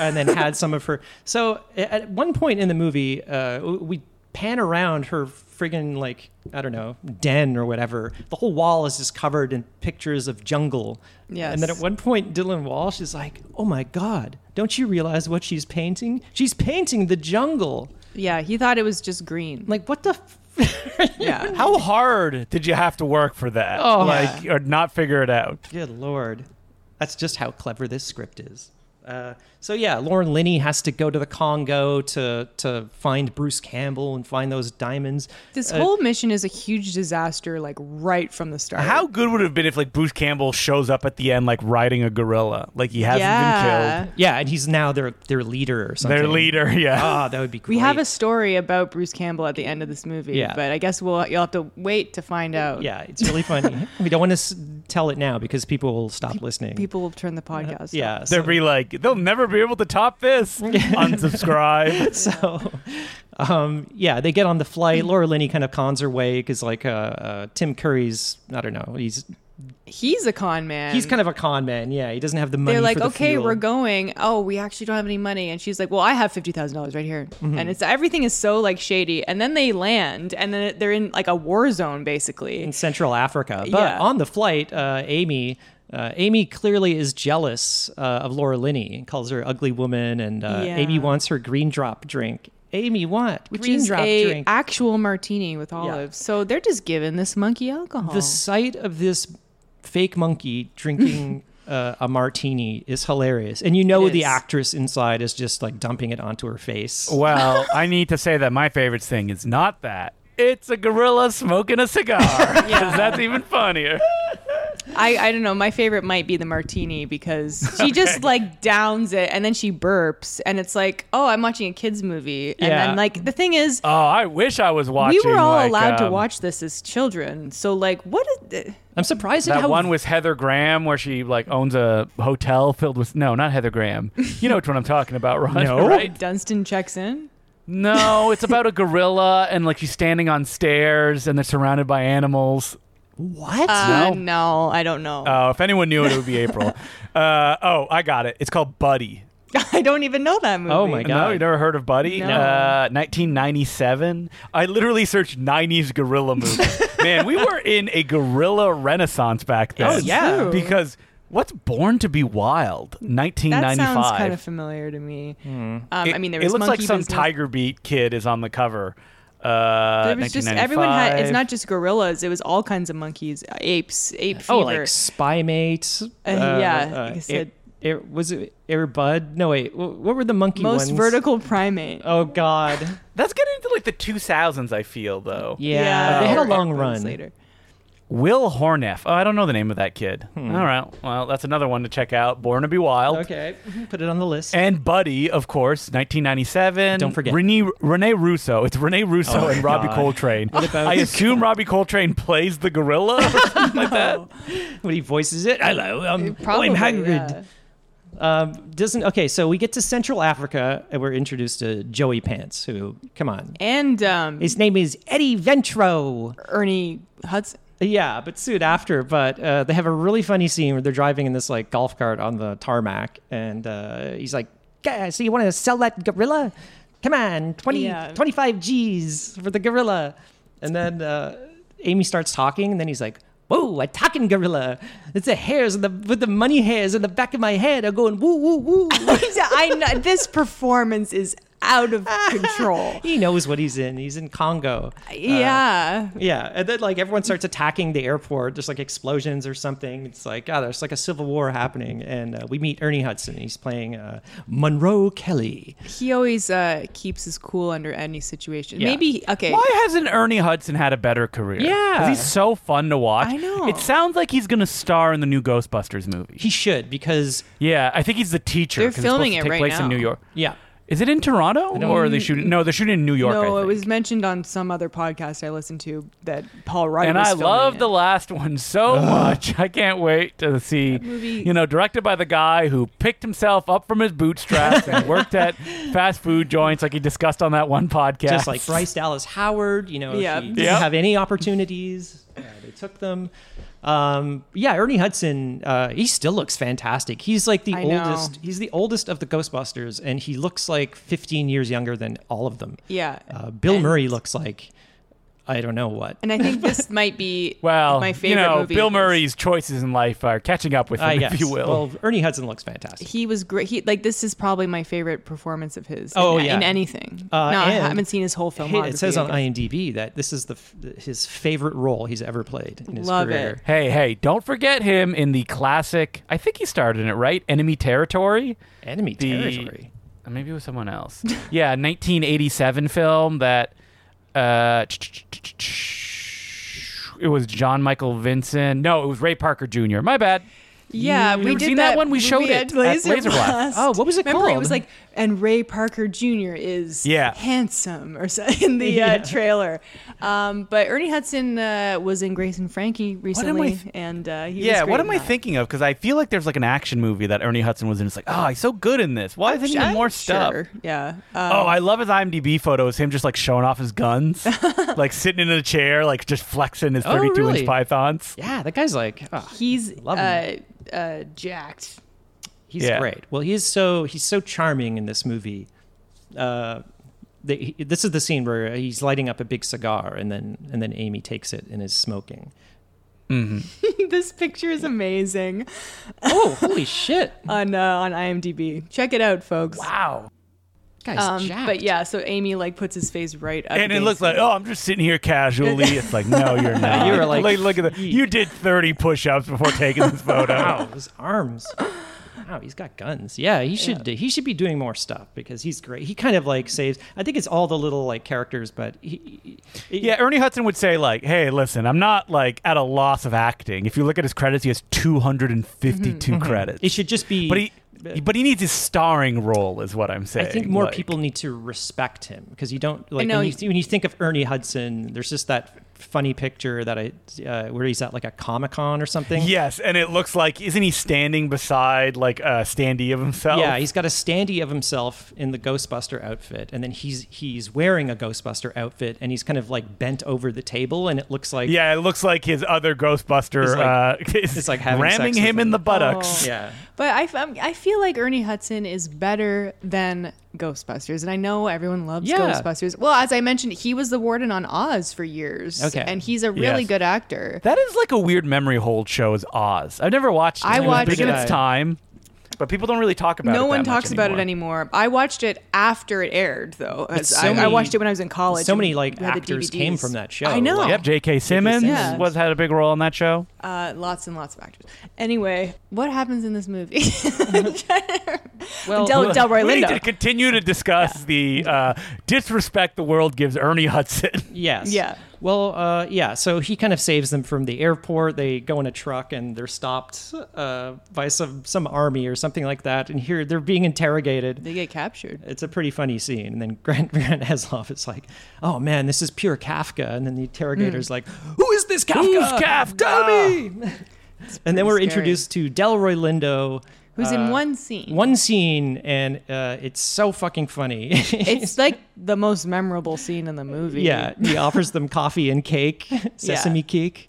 and then had some of her. So a- at one point in the movie, uh, we pan around her friggin' like I don't know den or whatever. The whole wall is just covered in pictures of jungle. Yes. And then at one point, Dylan Walsh is like, "Oh my God, don't you realize what she's painting? She's painting the jungle. Yeah, he thought it was just green. Like what the." F- [LAUGHS] yeah. How hard did you have to work for that? Oh. like or not figure it out? Good lord. That's just how clever this script is. Uh, so yeah, Lauren Linney has to go to the Congo to to find Bruce Campbell and find those diamonds. This Uh, whole mission is a huge disaster, like right from the start. How good would it have been if like Bruce Campbell shows up at the end like riding a gorilla, like he hasn't been yeah. killed. yeah, and he's now their their leader or something. Their leader, [LAUGHS] yeah. Ah, that would be great. We have a story about Bruce Campbell at the end of this movie, Yeah. but I guess we'll you'll have to wait to find out. yeah, it's really [LAUGHS] funny. we don't want to s- tell it now because people will stop listening. People will turn the podcast. off. Uh, yeah, They'll be like, they'll never be able to top [LAUGHS] this. Unsubscribe. So, [LAUGHS] um, yeah, they get on the flight. Laura Linney kind of cons her way because, like, uh, uh, Tim Curry's, I don't know, he's He's a con man. he's kind of a con man. Yeah, he doesn't have the money. They're like, for the okay, fuel." we're going. Oh, we actually don't have any money. And she's like, well, I have fifty thousand dollars right here. Mm-hmm. And it's everything is so like shady. And then they land, and then they're in like a war zone basically. in Central Africa. But Yeah. on the flight, uh, Amy. Uh, Amy clearly is jealous uh, of Laura Linney and calls her ugly woman, and uh, Yeah. Amy wants her green drop drink. Amy, what Which green is drop a drink? actual martini with olives. So they're just giving this monkey alcohol. the sight of this fake monkey [LAUGHS] drinking uh, a martini is hilarious, and you know It the is. Oh. actress inside is just like dumping it onto her face. Well, I need to say that my favorite thing is not that. It's a gorilla smoking a cigar. [LAUGHS] 'Cause that's even funnier. I, I don't know. My favorite might be the martini because she [LAUGHS] just like downs it and then she burps and it's like, oh, I'm watching a kids movie. And Yeah. then like the thing is, Oh, I wish I was watching. we were all like, allowed to um, watch this as children. So like, what? Is, I'm surprised at That how one with Heather Graham where she like owns a hotel filled with no, not Heather Graham. You know which one I'm talking about, Ron? [LAUGHS] No. right? Dunstan checks in. No, it's about a gorilla and like she's standing on stairs and they're surrounded by animals. What? Uh, no, I don't know. Uh, Oh, if anyone knew it, it would be [LAUGHS] April. Uh, oh, I got it. It's called Buddy. [LAUGHS] I don't even know that movie. Oh my God. No, you never heard of Buddy? No. Uh, 1997. I literally searched 90s [LAUGHS] gorilla movies. Man, we were in a gorilla renaissance back then. Oh, yeah. True. Because what's Born to Be Wild? That 1995. sounds kind of familiar to me. Um, it, I mean, there it was looks like monkey some business. Tiger Beat kid is on the cover. Uh, There was just everyone had. It's 1995. not just gorillas. It was all kinds of monkeys, apes, ape fever. Oh, like Spy Mate. Uh, yeah, like I said- Air- Air- was it Airbud? No, wait. wh- What were the monkey most ones? vertical primate. Oh [LAUGHS] God. That's getting into like the 2000s. I feel though. Yeah, they had a or long ape ones run. later. Will Horneff. Oh, I don't know the name of that kid. Hmm. All right. Well, that's another one to check out. Born to Be Wild. Okay, put it on the list. And Buddy, of course, 1997. Don't forget. Rene, Rene Russo. It's Rene Russo Oh, and Robbie God. Coltrane. What about- I assume Robbie Coltrane plays [LAUGHS] the gorilla or something like that. when he voices it, hello, um, Probably, I'm Hagrid. yeah. Um, doesn't okay. So we get to Central Africa and we're introduced to Joey Pants. Who, come on, And um, his name is Eddie Ventro. Ernie Hudson. [LAUGHS] Yeah, but suit after. But uh, they have a really funny scene where they're driving in this like golf cart on the tarmac, and uh, he's like, "Yeah, "So you want to sell that gorilla? Come on, 20, Yeah. 25 G's for the gorilla." And then uh, Amy starts talking, and then he's like, "Whoa, a talking gorilla! It's the hairs in the with the money hairs in the back of my head are going woo woo woo." I know, this performance is out [LAUGHS] of control. he knows what he's in. He's in Congo. yeah. Yeah, and then like everyone starts attacking the airport. There's like explosions or something. It's like oh, there's like a civil war happening, and uh, we meet Ernie Hudson. He's playing uh, Monroe Kelly. He always uh, keeps his cool under any situation. Yeah. Maybe okay. Why hasn't Ernie Hudson had a better career? Yeah. 'Cause he's so fun to watch. I know. It sounds like he's going to star in the new Ghostbusters movie. He should because Yeah, I think he's the teacher. They're 'cause it's filming supposed to it take right place now. in New York. yeah, Is it in Toronto don't- or are they shooting? No, they're shooting in New York. No, I it think. was mentioned on some other podcast I listened to that Paul Rudd and was I filming love it. the last one so much. [LAUGHS] I can't wait to see. movie- You know, directed by the guy who picked himself up from his bootstraps and worked at fast food joints, like he discussed on that one podcast. just like Bryce Dallas Howard. You know, Yeah. if he Yep. didn't have any opportunities, uh, they took them. Um, yeah, Ernie Hudson. Uh, he still looks fantastic. He's like the I know. oldest. He's the oldest of the Ghostbusters, and he looks like 15 years younger than all of them. yeah. Uh, Bill And- Murray looks like I don't know what. And I think [LAUGHS] this might be Well, my you favorite know, movie. Bill because Murray's choices in life are catching up with him, [LAUGHS] Ah, if yes. you will. Well, Ernie Hudson looks fantastic. He was great. He like this is probably my favorite performance of his. Oh, in, yeah. in anything. Uh, no, I and haven't seen his whole Hey, film. It says on IMDb that this is the f- his favorite role he's ever played in his Love career. hey, hey, don't forget him in the classic. I think he starred in it, right? Enemy Territory. Enemy the- territory. uh, Maybe it was someone else. [LAUGHS] yeah, 1987 film that. Uh, it was John Michael Vincent. No, it was Ray Parker Jr. My bad. Yeah, You we ever did seen that one? We showed it at at Laser Laser Blast. Blast. Oh, what was it Remember, it called? was like, and Ray Parker Jr. is Yeah. handsome or so [LAUGHS] in the uh, trailer. Um, but Ernie Hudson uh, was in Grace and Frankie recently, am I th- and uh, he was [LAUGHS] Yeah, great what in am I that. thinking of? Because I feel like there's like an action movie that Ernie Hudson was in. It's like, oh, he's so good in this. Why isn't he in I'm more stuff? sure, Yeah. Oh, Um, I love his IMDb photos. Him just like showing off [LAUGHS] his guns, like sitting in a chair, like just flexing his Oh, 32 really? inch pythons. yeah, that guy's like ah, he's Love uh, him. uh, jacked. [LAUGHS] he's Yeah. great. Well, he is so he's so charming in this movie. Uh, they, he- this is the scene where he's lighting up a big cigar, and then and then Amy takes it and is smoking. this picture is amazing Oh, holy shit! on uh, on IMDb. Check it out, folks. Wow, guy's Um, jacked. but yeah, so Amy like puts his face right up. And it looks like, against oh, I'm just sitting here casually. It's like, no, [LAUGHS] you're not. You were like, look, at the, you did 30 push ups before taking this [LAUGHS] Wow, photo. his arms. Wow, he's got guns. Yeah, he should he should be doing more stuff because he's great. He kind of like saves. I think it's all the little like characters, but he, he- yeah, Ernie Hudson would say, like, hey, listen, I'm not like at a loss of acting. If you look at his credits, he has 252 Mm-hmm. credits. it should just be. But he, but he needs his starring role, is what I'm I saying. think more Like- people need to respect him because you don't like know. when you, when you think of Ernie Hudson. There's just that funny picture that I uh, where he's at like a comic con or something. Yes, and it looks like isn't he standing beside like a standee of himself? Yeah, he's got a standee of himself in the Ghostbuster outfit, and then he's he's wearing a Ghostbuster outfit, and he's kind of like bent over the table, and it looks like Yeah, it looks like his other Ghostbuster Is like- uh, [LAUGHS] is is like having ramming sex with him in him. Oh. the buttocks. yeah. But I, f- um, I feel like Ernie Hudson is better than Ghostbusters, and I know everyone loves Yeah. Ghostbusters. Well, as I mentioned, he was the warden on Oz for years, Okay. and he's a really Yes. good actor. That is like a weird memory hold show is Oz. I've never watched it. I It was watched big in it. its time, but people don't really talk about it. No that one much talks about it anymore. I watched it after it aired, though. as so I, I many- watched it when I was in college. so and many, like, we had the actors came DVDs. from that show, I know. like- Yep, J.K. Simmons Yeah. was had a big role in that show. Uh, lots and lots of actors. Anyway, what happens in this movie? [LAUGHS] [LAUGHS] Well, Oh, Del, Delroy we need to Lindo. continue to discuss the uh, disrespect the world gives Ernie Hudson. [LAUGHS] Yes. Yeah. Well, uh, yeah. So he kind of saves them from the airport. They go in a truck and they're stopped uh, by some some army or something like that. And here they're being interrogated. They get captured. It's a pretty funny scene. And then [LAUGHS] Grant, Grant Heslov is like, "Oh man, this is pure Kafka." And then the interrogator's Hmm. like, "Who is this Kafka? Who's Kafka?" [LAUGHS] Dummy!" And then we're scary. introduced to Delroy Lindo. Who's in uh, one scene? One scene, and uh, it's so fucking funny. [LAUGHS] It's like the most memorable scene in the movie. Yeah, he offers them coffee and [LAUGHS] cake, sesame cake.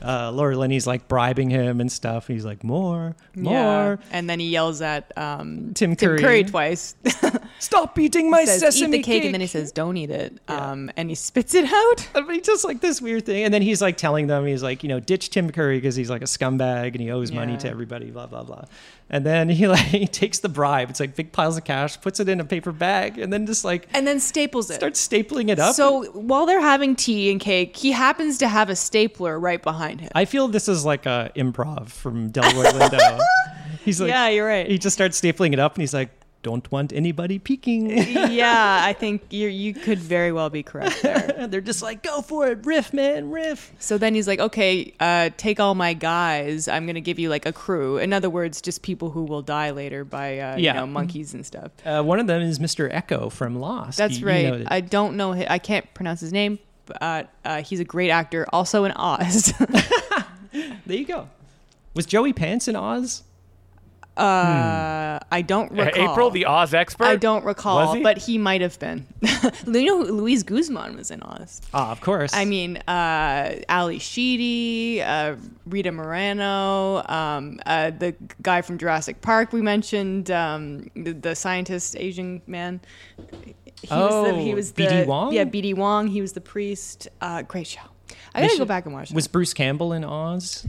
Uh, Laura Linney's like bribing him and stuff. He's like, more, more. Yeah. And then he yells at um, Tim Curry. twice. [LAUGHS] Stop eating my says, eat sesame the cake, and then he says, don't eat it. Um, and he spits it out. I mean, just like this weird thing. And then he's like telling them, he's like, you know, ditch Tim Curry because he's like a scumbag and he owes money Yeah. to everybody, blah, blah, blah. And then he [LAUGHS] like he takes the bribe. It's like big piles of cash, puts it in a paper bag, and then just like And then staples it. starts stapling it up. So while they're having tea and cake, he happens to have a stapler right behind him. I feel this is like a improv from Delroy [LAUGHS] Lindo. he's like, Yeah, you're right. He just starts stapling it up, and he's like, "Don't want anybody peeking." [LAUGHS] [LAUGHS] yeah, I think you you could very well be correct [LAUGHS] there. They're just like, "Go for it, riff, man, riff." So then he's like, okay, uh, take all my guys. I'm going to give you like a crew. In other words, just people who will die later by, uh, Yeah. you know, monkeys and stuff. Uh, one of them is Mr. Echo from Lost. That's You- you right. noted. I don't know. hi- I can't pronounce his name. But, uh, uh, he's a great actor, also in Oz. [LAUGHS] there you go. Was Joey Pants in Oz? uh, I don't Uh, recall. April, the Oz expert. I don't recall, Was he? but he might have been. [LAUGHS] you know, who- Luis Guzman was in Oz. Ah, of course. I mean, uh, Ali Sheedy, uh, Rita Moreno, um, uh, the guy from Jurassic Park we mentioned, um, the, the scientist Asian man. He was the, he Oh, was the, B.D. Wong? Yeah, BD Wong. He was the priest. Uh, great show. I They gotta go should- back and watch. it. was Bruce Campbell in Oz?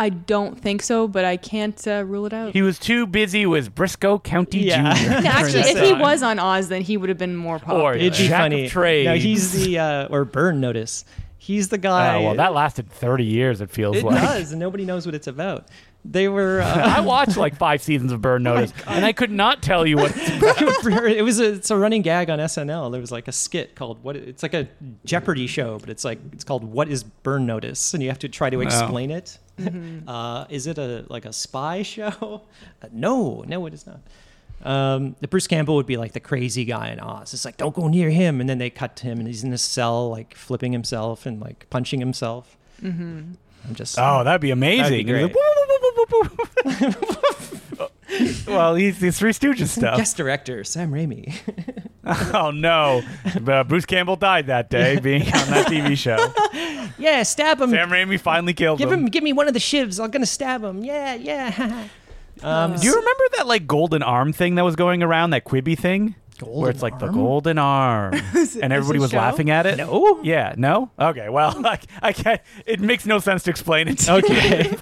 I don't think so, but I can't uh, rule it out. He was too busy with Briscoe County [LAUGHS] Yeah. Jr. [LAUGHS] No, actually, during if that he time. was on Oz, then he would have been more popular. Or- It'd be Jack of funny. trades. No, he's the uh, or Burn Notice. He's the guy. [LAUGHS] Oh, well, that lasted 30 years, it feels it like. does, and nobody knows what it's about. They were. Uh, [LAUGHS] I watched like five seasons of Oh Burn Notice, and I could not tell you what. [LAUGHS] it was a, it's a running gag on SNL. There was like a skit called what it's like a Jeopardy show, but it's like it's called What is Burn Notice, and you have to try to explain it. Uh, is it a like a spy show? [LAUGHS] Uh, no, no, it is not. Um, the Bruce Campbell would be like the crazy guy in Oz. It's like don't go near him, and then they cut to him, and he's in a cell like flipping himself and like punching himself. I'm just Oh, that'd be amazing. That'd be well, he's the Three Stooges stuff. guest director Sam Raimi. [LAUGHS] [LAUGHS] Oh no, uh, Bruce Campbell died that day being on that TV show. yeah, stab him. Sam Raimi finally killed Give him, give me one of the shivs. I'm gonna stab him. Yeah, yeah. [LAUGHS] um, Do you remember that like golden arm thing that was going around that Quibi thing? Where it's like the golden arm, and everybody it was show? laughing at it. No. yeah, no. Okay, well, [LAUGHS] like, I can't. It makes no sense to explain it. Okay,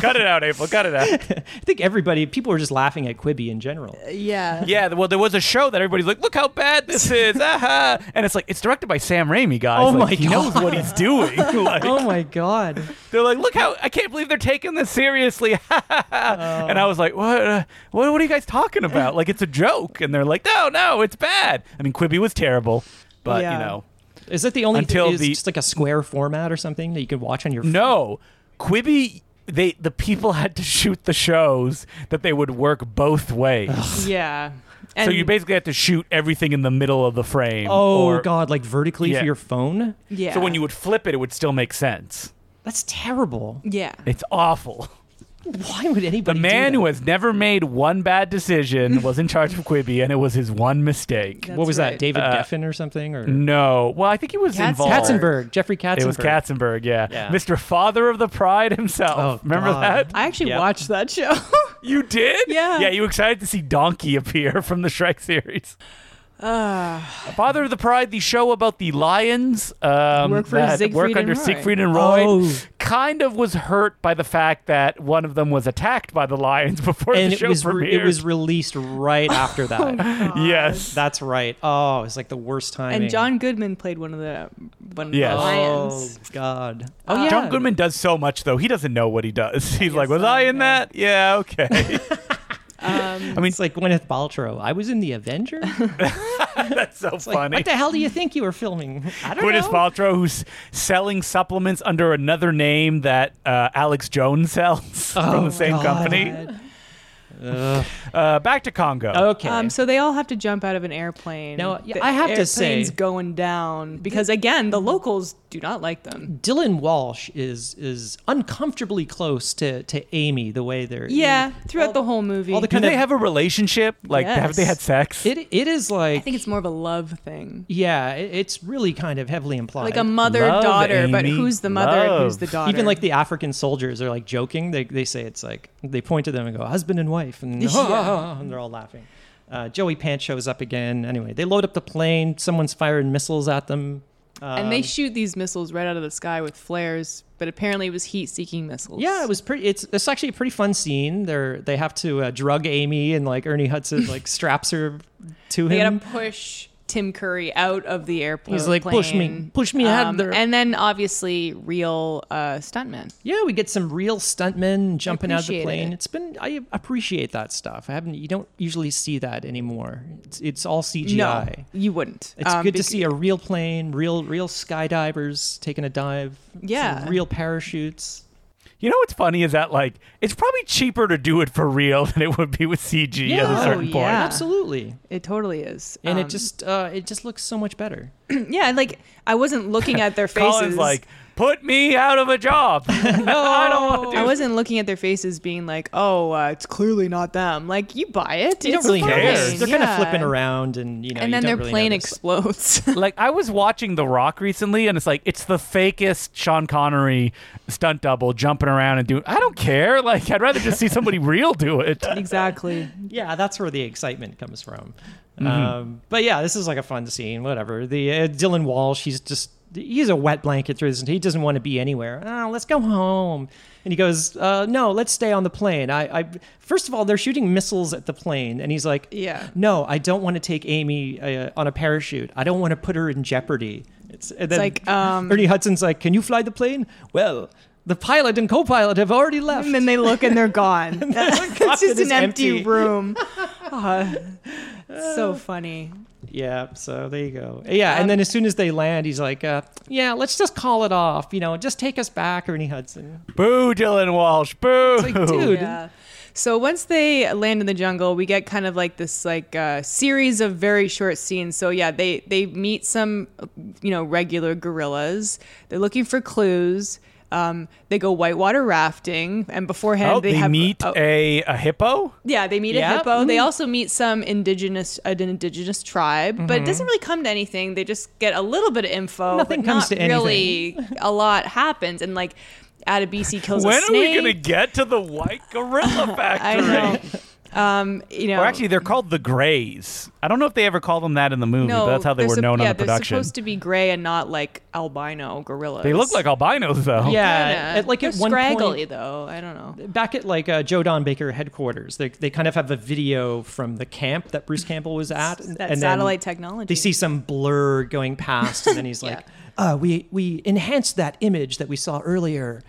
cut it out, April. Cut it out. I think everybody, people were just laughing at Quibi in general. Yeah. Yeah, well, there was a show that everybody's like, "Look how bad this [LAUGHS] is!" Aha! And it's like it's directed by Sam Raimi, guys. Oh Like, my he knows what he's doing. [LAUGHS] Like, [LAUGHS] Oh my god. They're like, "Look how I can't believe they're taking this seriously!" [LAUGHS] Uh. and I was like, "What? Uh, what? What are you guys talking about? Like, it's a joke." And they're like, "No, no, it's bad." I mean, Quibi was terrible, but Yeah. you know, Is that the only Until thing? Is the- just like a square format or something that you could watch on your no, Quibi. They the people had to shoot the shows that they would work both ways. Yeah. And so you basically have to shoot everything in the middle of the frame. Oh or- God! Like vertically Yeah. for your phone. yeah. So when you would flip it, it would still make sense. That's terrible. yeah. It's awful. Why would The anybody? man do who that? has never made one bad decision was in charge of Quibi, and it was his one mistake. That's What was right. that? David Uh, Geffen or something? Or No, well, I think he was Katzenberg. involved. Katzenberg? Jeffrey Katzenberg. It was Katzenberg, yeah. Yeah. Mr. Father of the Pride himself. Oh, Remember God. that? [LAUGHS] I actually Yep. watched that [LAUGHS] show. [LAUGHS] You did? Yeah. Yeah, you were excited to see Donkey appear from the Shrek series. Ah, Father of the Pride, the show about the lions um, Work for that Siegfried work and under Roy. Siegfried and Roy, Oh. kind of was hurt by the fact that one of them was attacked by the lions [LAUGHS] before And the it show was premiered. re- [LAUGHS] it was released right after that. yes, That's right. Oh, it's like the worst timing. and John Goodman played one of the one of Yes. the Oh lions. God. Oh, yeah. John Goodman does so much though. He doesn't know what he does. [LAUGHS] He's like, guess "Was I so, in yeah. that? Yeah, [LAUGHS] okay." [LAUGHS] Um, I mean, it's like Gwyneth Paltrow. I was in [LAUGHS] the Avenger. That's so It's like, funny. what the hell do you think you were filming? I don't Gwyneth know. Paltrow, who's selling supplements under another name that uh, Alex Jones [LAUGHS] sells from the same Oh, God. company. Ugh. Uh, back to Congo. okay. Um, so they all have to jump out of an airplane. Now, yeah, The I have to say- airplane's going down because again, the locals do not like them. Dylan Walsh is is uncomfortably close to to Amy the way they're Yeah, throughout the whole movie. all the Do kind they of- have a relationship? Like, have they Yes. had sex? It it is I like think it's more of a love thing, yeah, it- it's really kind of heavily implied. like a mother Love, daughter, but Amy, who's the mother and who's the love. daughter? even like the African soldiers are like joking. They, they say it's like they point to them and go husband and wife, and, [LAUGHS] Yeah. and they're all laughing. Uh, Joey Pants shows up again. Anyway, they load up the plane. Someone's firing missiles at them. Um, and they shoot these missiles right out of the sky with flares, but apparently it was heat-seeking missiles. Yeah, it was pretty. It's it's actually a pretty fun scene. They're they have to uh, drug Amy and like Ernie Hudson [LAUGHS] like straps her to They him. gotta push Tim Curry out of the airplane. Um, He's like, "Push me. Push me out there." And then obviously real uh, stuntmen. yeah, we get some real stuntmen jumping out of the appreciate plane. it. It's been I appreciate that stuff. I haven't you don't usually see that anymore. It's it's all CGI. No, you wouldn't. It's Um, good to bec- see a real plane, real real skydivers taking a dive. some Yeah. real parachutes. You know what's funny is that like it's probably cheaper to do it for real [LAUGHS] than it would be with CG at a Yeah. certain Oh, point. yeah. Absolutely, It totally is, and Um, it just uh, it just looks so much better. [LAUGHS] yeah, like I wasn't looking at [LAUGHS] their faces. Colin's like, put me out of [LAUGHS] a job. no, I don't wanna do I wasn't looking at their faces, being like, oh, uh, it's clearly not them. Like you buy it. You don't It's really fine. notice. fine, They're kind of Yeah. flipping around, and you know, and you then don't their really plane notice. explodes. [LAUGHS] like I was watching The Rock recently, and it's like it's the fakest Sean Connery stunt double jumping around and doing. I don't care. Like I'd rather just [LAUGHS] see somebody real do it. exactly. yeah, that's where the excitement comes from. Mm-hmm. Um, but yeah, this is like a fun scene. Whatever. The uh, Dylan Walsh, he's just he's a wet blanket through this. He doesn't want to be anywhere. Oh, let's go home. And he goes, uh, no, let's stay on the plane. I, I first of all, they're shooting missiles at the plane, and he's like, Yeah. no, I don't want to take Amy uh, on a parachute. I don't want to put her in jeopardy. It's, and then like, um, Ernie Hudson's like, can you fly the plane? Well. The pilot and co-pilot have already left. [LAUGHS] And then they look and they're [LAUGHS] gone. [LAUGHS] it's cockpit just is an empty, empty. [LAUGHS] room. Ah, it's so funny. Yeah, so there you go. Yeah, Um, and then as soon as they land, he's like, uh, "Yeah, let's just call it off. You know, just take us back, Ernie Hudson." Boo, Dylan Walsh. Boo. It's like, dude, Yeah. Oh. So once they land in the jungle, we get kind of like this like uh, series of very short scenes. So yeah, they they meet some you know regular gorillas. They're looking for clues. Um, they go whitewater rafting, and beforehand Oh, they, they, have, meet oh, a, a hippo. yeah, they meet Yeah. a hippo. They also meet some indigenous an indigenous tribe, but it doesn't really come to anything. They just get a little bit of info. Mm-hmm. Nothing but comes not to anything. Really, a lot happens, and like Adebisi kills When a are we snake. gonna get to the white [LAUGHS] gorilla I factory? know. Um, you know, Or actually, they're called the Greys. I don't know if they ever called them that in the movie, but that's how they they're were sup- known yeah, on the production. They're supposed to be gray and not like albino gorillas. They look like albinos, though. yeah, at, like Oh. they're at one scraggly point, though. I don't know. back at like uh, Joe Don Baker headquarters, they they kind of have a video from the camp that Bruce Campbell was at, That and then satellite technology. They see some blur going past, and then [LAUGHS] he's Yeah. like, uh, "We we enhanced that image that we saw earlier."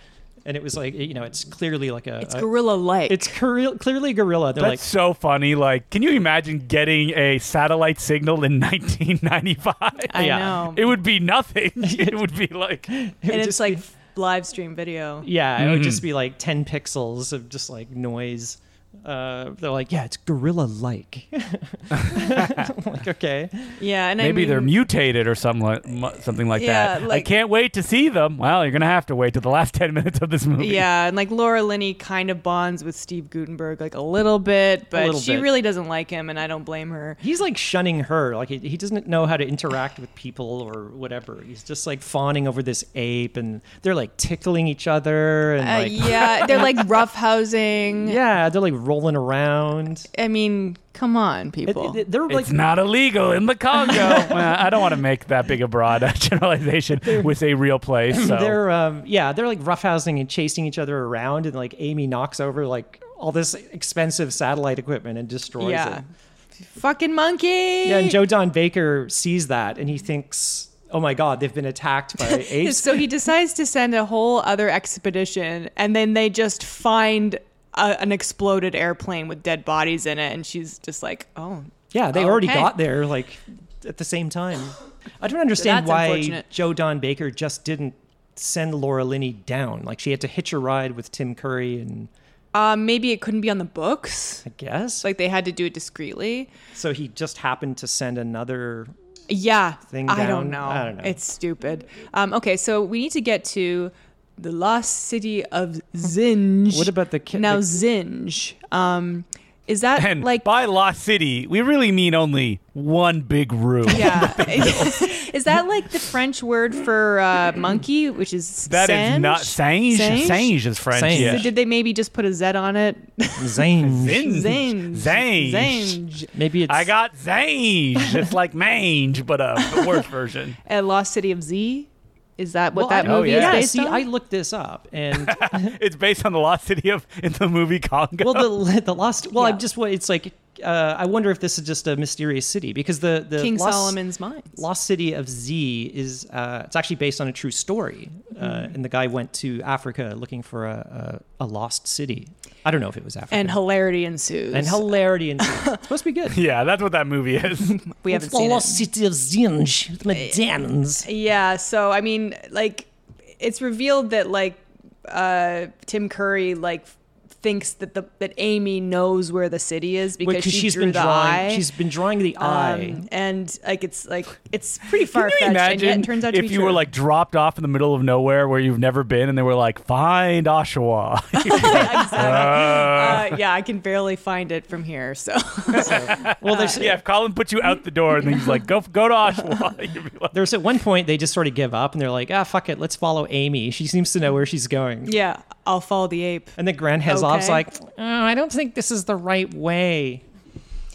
And it was like, you know, it's clearly like a. it's a- gorilla like. it's clear- clearly gorilla. They're That's like, so funny. Like, can you imagine getting a satellite signal in [LAUGHS] 1995? I yeah. know. It would be nothing. [LAUGHS] It would [LAUGHS] be like, [LAUGHS] it would and it's just be- like live stream video. Mm-hmm. Yeah, it would just be like 10 pixels of just like noise. Uh, they're like, yeah, it's gorilla [LAUGHS] like. like, okay. Yeah, and I Maybe they're mean- mutated or something like, something like Yeah, that. I like- can't wait to see them. Well, you're gonna have to wait to the last [LAUGHS] ten minutes of this [LAUGHS] movie. Yeah, and like Laura Linney kind of bonds with Steve Gutenberg like a little bit, but little she bit. really doesn't like him, and I don't blame her. He's like shunning her. Like he, he doesn't know how to interact with people or whatever. He's just like fawning over this ape, and they're like tickling each other, and Uh, like yeah, [LAUGHS] they're like roughhousing. yeah, they're like rolling around. I mean, come on, It- people. it- they're like It's not illegal in [LAUGHS] the Congo. well, I don't want to make that big a broad [LAUGHS] generalization with a real place. So. They're um yeah, they're like roughhousing and chasing each other around and like Amy knocks over like all this expensive satellite equipment and destroys yeah, it. fucking monkey. Yeah, and Joe Don Baker sees that and he thinks, "Oh my god, they've been [LAUGHS] attacked by apes." so he decides to send a whole other expedition, and then they just find a, an exploded airplane with dead bodies in it, and she's just like, "Oh, yeah, they already Okay. got there like at the same time. I don't understand That's why unfortunate. Joe Don Baker just didn't send Laura Linney down. Like she had to hitch a ride with Tim Curry and uh, maybe it couldn't be on the books. I guess Like they had to do it discreetly." so he just happened to send another Yeah, thing I down? don't know. I don't know. It's stupid. Um, okay, so we need to get to the lost city of Zinj. What about the ki- now the- Zinj? Um, is that and like by Lost City, we really mean only one big room. yeah? [LAUGHS] is that like the French word for uh, monkey, which is That is singe? not Sange. Singe? Sange is French. Singe. Yeah. So did they maybe just put a Z on [LAUGHS] it? [LAUGHS] Zane. Zinge. Zange. Zinj. Maybe it's I got Zange. It's like mange, but a worse [LAUGHS] version. A lost city of Z. Is that what Well, that I- oh, movie yeah. is Yeah, based see, on? I looked this up, [LAUGHS] and It's based on the Lost City of in the movie Congo. well, the [LAUGHS] the lost. Well, Yeah. I'm just. wa- It's like uh, I wonder if this is just a mysterious city because the the King lost, Solomon's Mines. Lost City of Z is uh, it's actually based on a true story, Hmm. uh, and the guy went to Africa looking for a, a, a lost city. I don't know if it was Africa. and hilarity ensues. and hilarity [LAUGHS] and it's supposed to be good. yeah, that's what that movie [LAUGHS] is. we haven't seen it. Eh, City of Zinj, with my dance. Yeah, so I mean, like, it's revealed that like uh, Tim Curry like f- thinks that the that Amy knows where the city is because she she's drew been the drawing, eye. she's been drawing the um, eye. [LAUGHS] and like it's like it's pretty far Can you fetched. And yet imagine it turns out to if be you true. were like dropped off in the middle of nowhere where you've never been, and they were like, "Find [LAUGHS] Oshawa." uh, yeah, I can barely find it from here. So well, there's yeah, if Colin put you out the door and then he's like, "Go, go to [LAUGHS] Oshawa," you'd be like, There's at one point they just sort of give up and they're like, ah, fuck it, let's follow Amy. She seems to know where she's going. yeah, I'll follow the ape. And then Grand Hezlov's Okay. like, oh, I don't think this is the right way.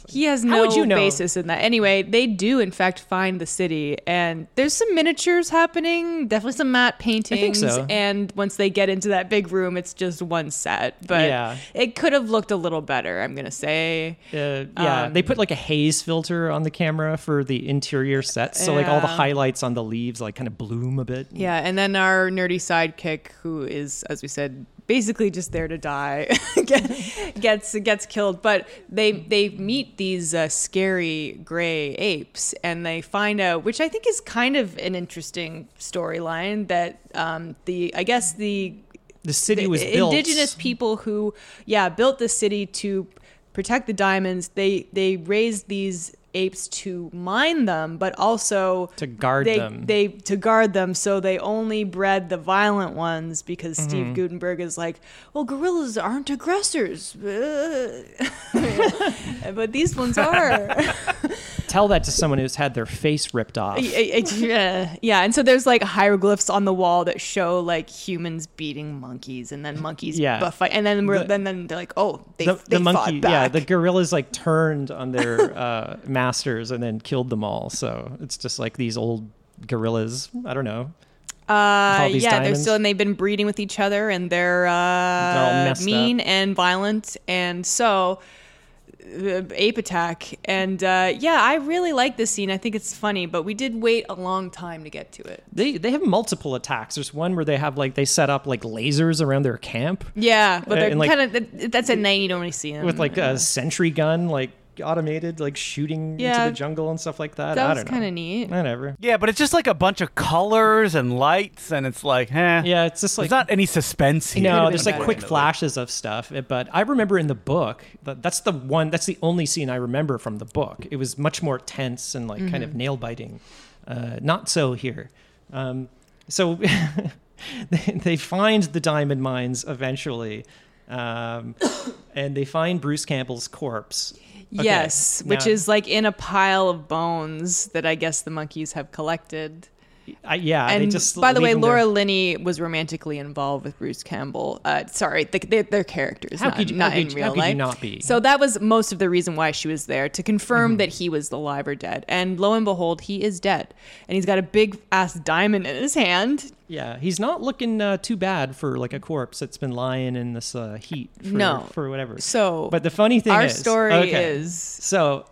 He has no How would you know? basis in that. Anyway, they do in fact find the city, and there's some miniatures happening, definitely some matte paintings. so. And once they get into that big room, it's just one set. But Yeah. it could have looked a little better. I'm gonna say. Uh, yeah, Um, they put like a haze filter on the camera for the interior sets, so like all the Yeah. highlights on the leaves like kind of bloom a bit. Yeah, and then our nerdy sidekick, who is, as we said, basically just there to die, [LAUGHS] get- gets gets killed. But they they meet these uh, scary gray apes, and they find out, which I think is kind of an interesting storyline. That um, the I guess the The city the was built. indigenous people who yeah built the city to protect the diamonds they they raised these apes to mine them but also To guard they, them. they to guard them so they only bred the violent ones because Mm-hmm. steve gutenberg is like well gorillas aren't aggressors [LAUGHS] uh." but these ones are [LAUGHS] Tell that to someone who's had their face ripped off. Y- y- y- yeah. yeah, and so there's like hieroglyphs on the wall that show like humans beating monkeys, and then monkeys Yeah. buff fight, and then we're The- then then they're like, oh, they, the, they the monkey, fought back. yeah, the gorillas like turned [LAUGHS] on their uh, masters and then killed them all. So it's just like these old gorillas. I don't know. uh, all these yeah, they're diamonds. still and they've been breeding with each other, and they're all uh, messed mean and violent, and so uh, ape attack, and uh, yeah, I really like this scene. I think it's funny, but we did wait a long time to get to it. They they have multiple attacks. There's one where they have like they set up like lasers around their camp Yeah, but Uh, they're and, like- kind of that's at night you don't really see them with like Yeah. a sentry gun like automated like shooting Yeah. into the jungle and stuff like that. That I was don't know. kinda neat. Whatever. Yeah, but it's just like a bunch of colors and lights, and it's like, eh. Yeah, it's just like There's not any suspense here. could've No, been there's like better. quick flashes of stuff. eh, But I remember in the book, that- that's the one, that's the only scene I remember from the book. It was much more tense and like kind Mm-hmm. of nail biting. Uh, not so here. Um, so [LAUGHS] they, they find the diamond mines eventually. Um, and they find Bruce Campbell's corpse. Okay, Yes, which now- is like in a pile of bones that I guess the monkeys have collected. I, yeah. Uh, they and just by the way, leave him there. Laura Linney was romantically involved with Bruce Campbell. Uh, sorry, the, their, their characters, How not, could you- not how in could you- real how could you life. not be? Mm-hmm. So that was most of the reason why she was there to confirm that he was alive or dead. And lo and behold, he is dead, and he's got a big ass diamond in his hand. Yeah, he's not looking uh, too bad for like a corpse that's been lying in this uh, heat. For, No. for whatever. So, but the funny thing our is, story okay, is- so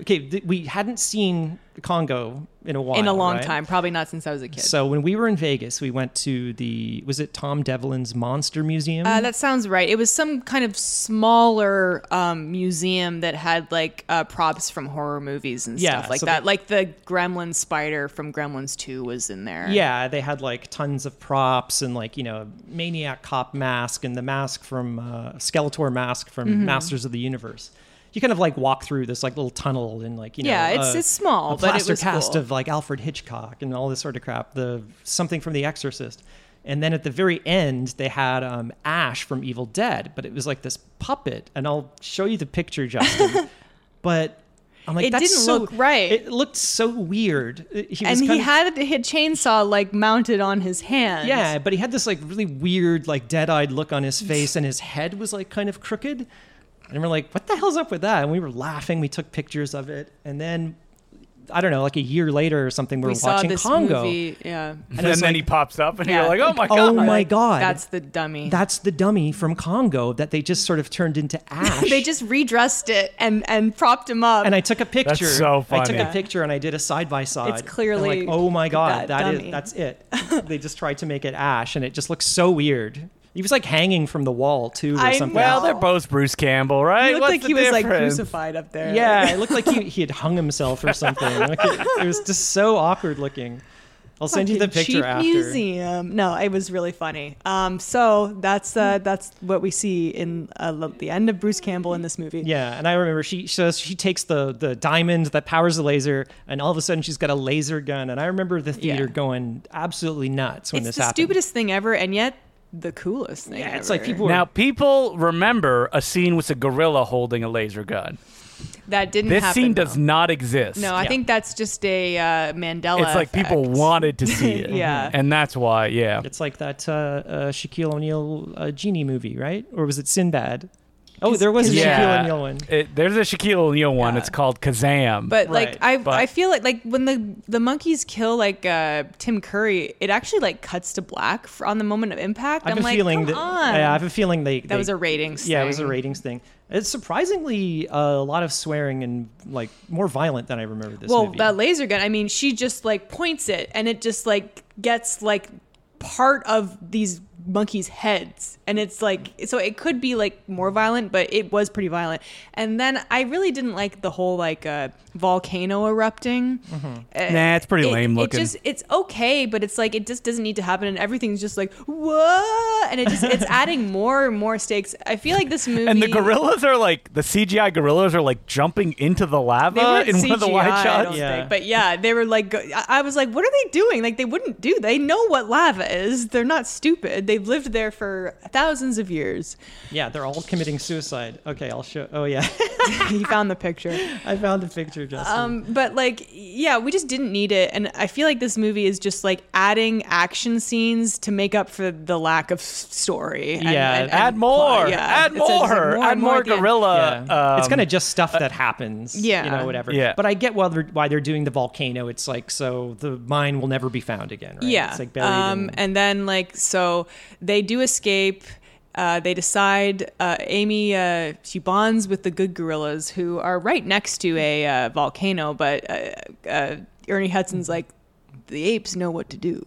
okay. Th- we hadn't seen Congo in a while. in a long right? time, probably not since I was a kid. So when we were in Vegas, we went to the was it Tom Devlin's Monster Museum? Uh, that sounds right. It was some kind of smaller um, museum that had like uh, props from horror movies and Yeah, stuff like so that. they- like the Gremlin spider from Gremlins Two was in there. Yeah, they had like tons of props and like you know maniac cop mask and the mask from uh, Skeletor mask from Mm-hmm. Masters of the Universe. You kind of like walk through this like little tunnel and like you know Yeah, it's- a- it's small, a but it plaster was cast cool. of like Alfred Hitchcock and all this sort of crap. The something from The Exorcist. And then at the very end, they had um, Ash from Evil Dead, but it was like this puppet. And I'll show you the [LAUGHS] picture, Justin. but I'm like, It that's didn't so- look right. It looked so weird. It- He was and he kind of- had a chainsaw like mounted on his hand. yeah, but he had this like really weird, like dead-eyed look on [LAUGHS] his face, and his head was like kind of crooked. And we're like, "What the hell's up with that?" And we were laughing. We took pictures of it, and then I don't know, like a year later or something, we we were saw watching this Congo. movie. Yeah, And, it's then like- he pops up, and Yeah. you're like, oh my Oh god. my god, that's the dummy. that's the dummy from Congo that they just sort of turned into ash. [LAUGHS] they just redressed it and and propped him up. and I took a picture. so I took funny. a picture and I did a side by side. It's clearly like, oh my that god, that dummy. is [LAUGHS] that's it. they just tried to make it ash, and it just looks so weird. He was like hanging from the wall too, or I something. Well, they're No. both Bruce Campbell, right? he looked What's like the he was like difference? crucified up there. Yeah, it looked like he, he had hung himself or something. Like it, it was just so awkward looking. I'll send you the Fucking picture cheap after. museum. No, it was really funny. Um, so that's uh, that's what we see in uh, lo- the end of Bruce Campbell in this movie. Yeah, and I remember she so she takes the the diamond that powers the laser, and all of a sudden she's got a laser gun. And I remember the theater Yeah. going absolutely nuts when it's this the happened. stupidest thing ever, and yet the coolest thing. Yeah, it's like ever. people were Now, people remember a scene with a gorilla holding a laser gun. that didn't. This happen, scene does though. not exist. No, I Yeah. think that's just a uh, Mandela. it's like people effect. wanted [LAUGHS] to see it. Yeah. And that's why, yeah. It's like that uh, uh, Shaquille O'Neal uh, genie movie, right? Or was it Sinbad? Oh, there was a Shaquille yeah. O'Neal one. It- there's a Shaquille O'Neal one. Yeah. It's called Kazam. But Right, like I, but- I feel like like when the the monkeys kill like uh, Tim Curry, it actually like cuts to black for, on the moment of impact. I have am a like, feeling come that on. yeah, I have a feeling they that was a ratings. yeah, it was a thing. ratings thing. It's surprisingly uh, a lot of swearing and like more violent than I remember this well movie. that laser gun i mean she just like points it and it just like gets like part of these monkeys heads and it's like so it could be like more violent but it was pretty violent and then i really didn't like the whole like uh volcano erupting Uh, Mm-hmm. Nah, it's pretty it- lame looking. it just it's okay but it's like it just doesn't need to happen and everything's just like whoa and it just [LAUGHS] it's adding more and more stakes i feel like this movie and the gorillas are like, the CGI gorillas are like jumping into the They lava weren't Uh, in one of the CGI, wide I shots. don't Yeah. think. But yeah, they were like, go- I- I was like, what are they doing? Like, they wouldn't do. They know what lava is. They're not stupid. They've lived there for thousands of years. [LAUGHS] yeah, they're all committing suicide. Okay, I'll show. Oh yeah, [LAUGHS] he found the picture. I found a picture, Justin. Um, but like, yeah, we just didn't need it. And I feel like this movie is just like adding action scenes to make up for the lack of s- story. and- Yeah, and- and Add plot. more. Yeah, Add it's- it's, like, more. Add and more at the end. gorilla. yeah. it's um, kind of just stuff that happens. yeah. you know, whatever. Yeah. But I get why they're, why they're doing the volcano. It's like so the mine will never be found again. Right? Yeah. it's like buried. um, in- and then like so they do escape. Uh, they decide uh, Amy uh, she bonds with the good gorillas who are right next to a uh, volcano, but uh, uh, Ernie Hudson's like the apes know what to [LAUGHS] do.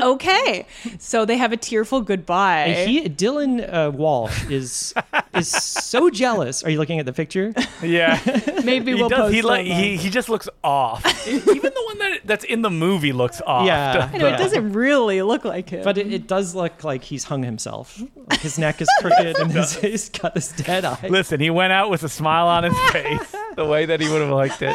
okay, so they have a tearful goodbye. And he, Dylan uh, Walsh is is so jealous. Are you looking at the picture? [LAUGHS] Yeah. [LAUGHS] Maybe we'll does. post He, like, online. he he just looks off. [LAUGHS] E-, Even the one that that's in the movie [LAUGHS] looks off. [LAUGHS] Yeah. I know it Yeah. doesn't really look like him. But it, it does look like he's hung himself. Like his neck is crooked and his, he's got this dead eye. Listen, he went out with a smile on [LAUGHS] his face, the way that he would have liked it.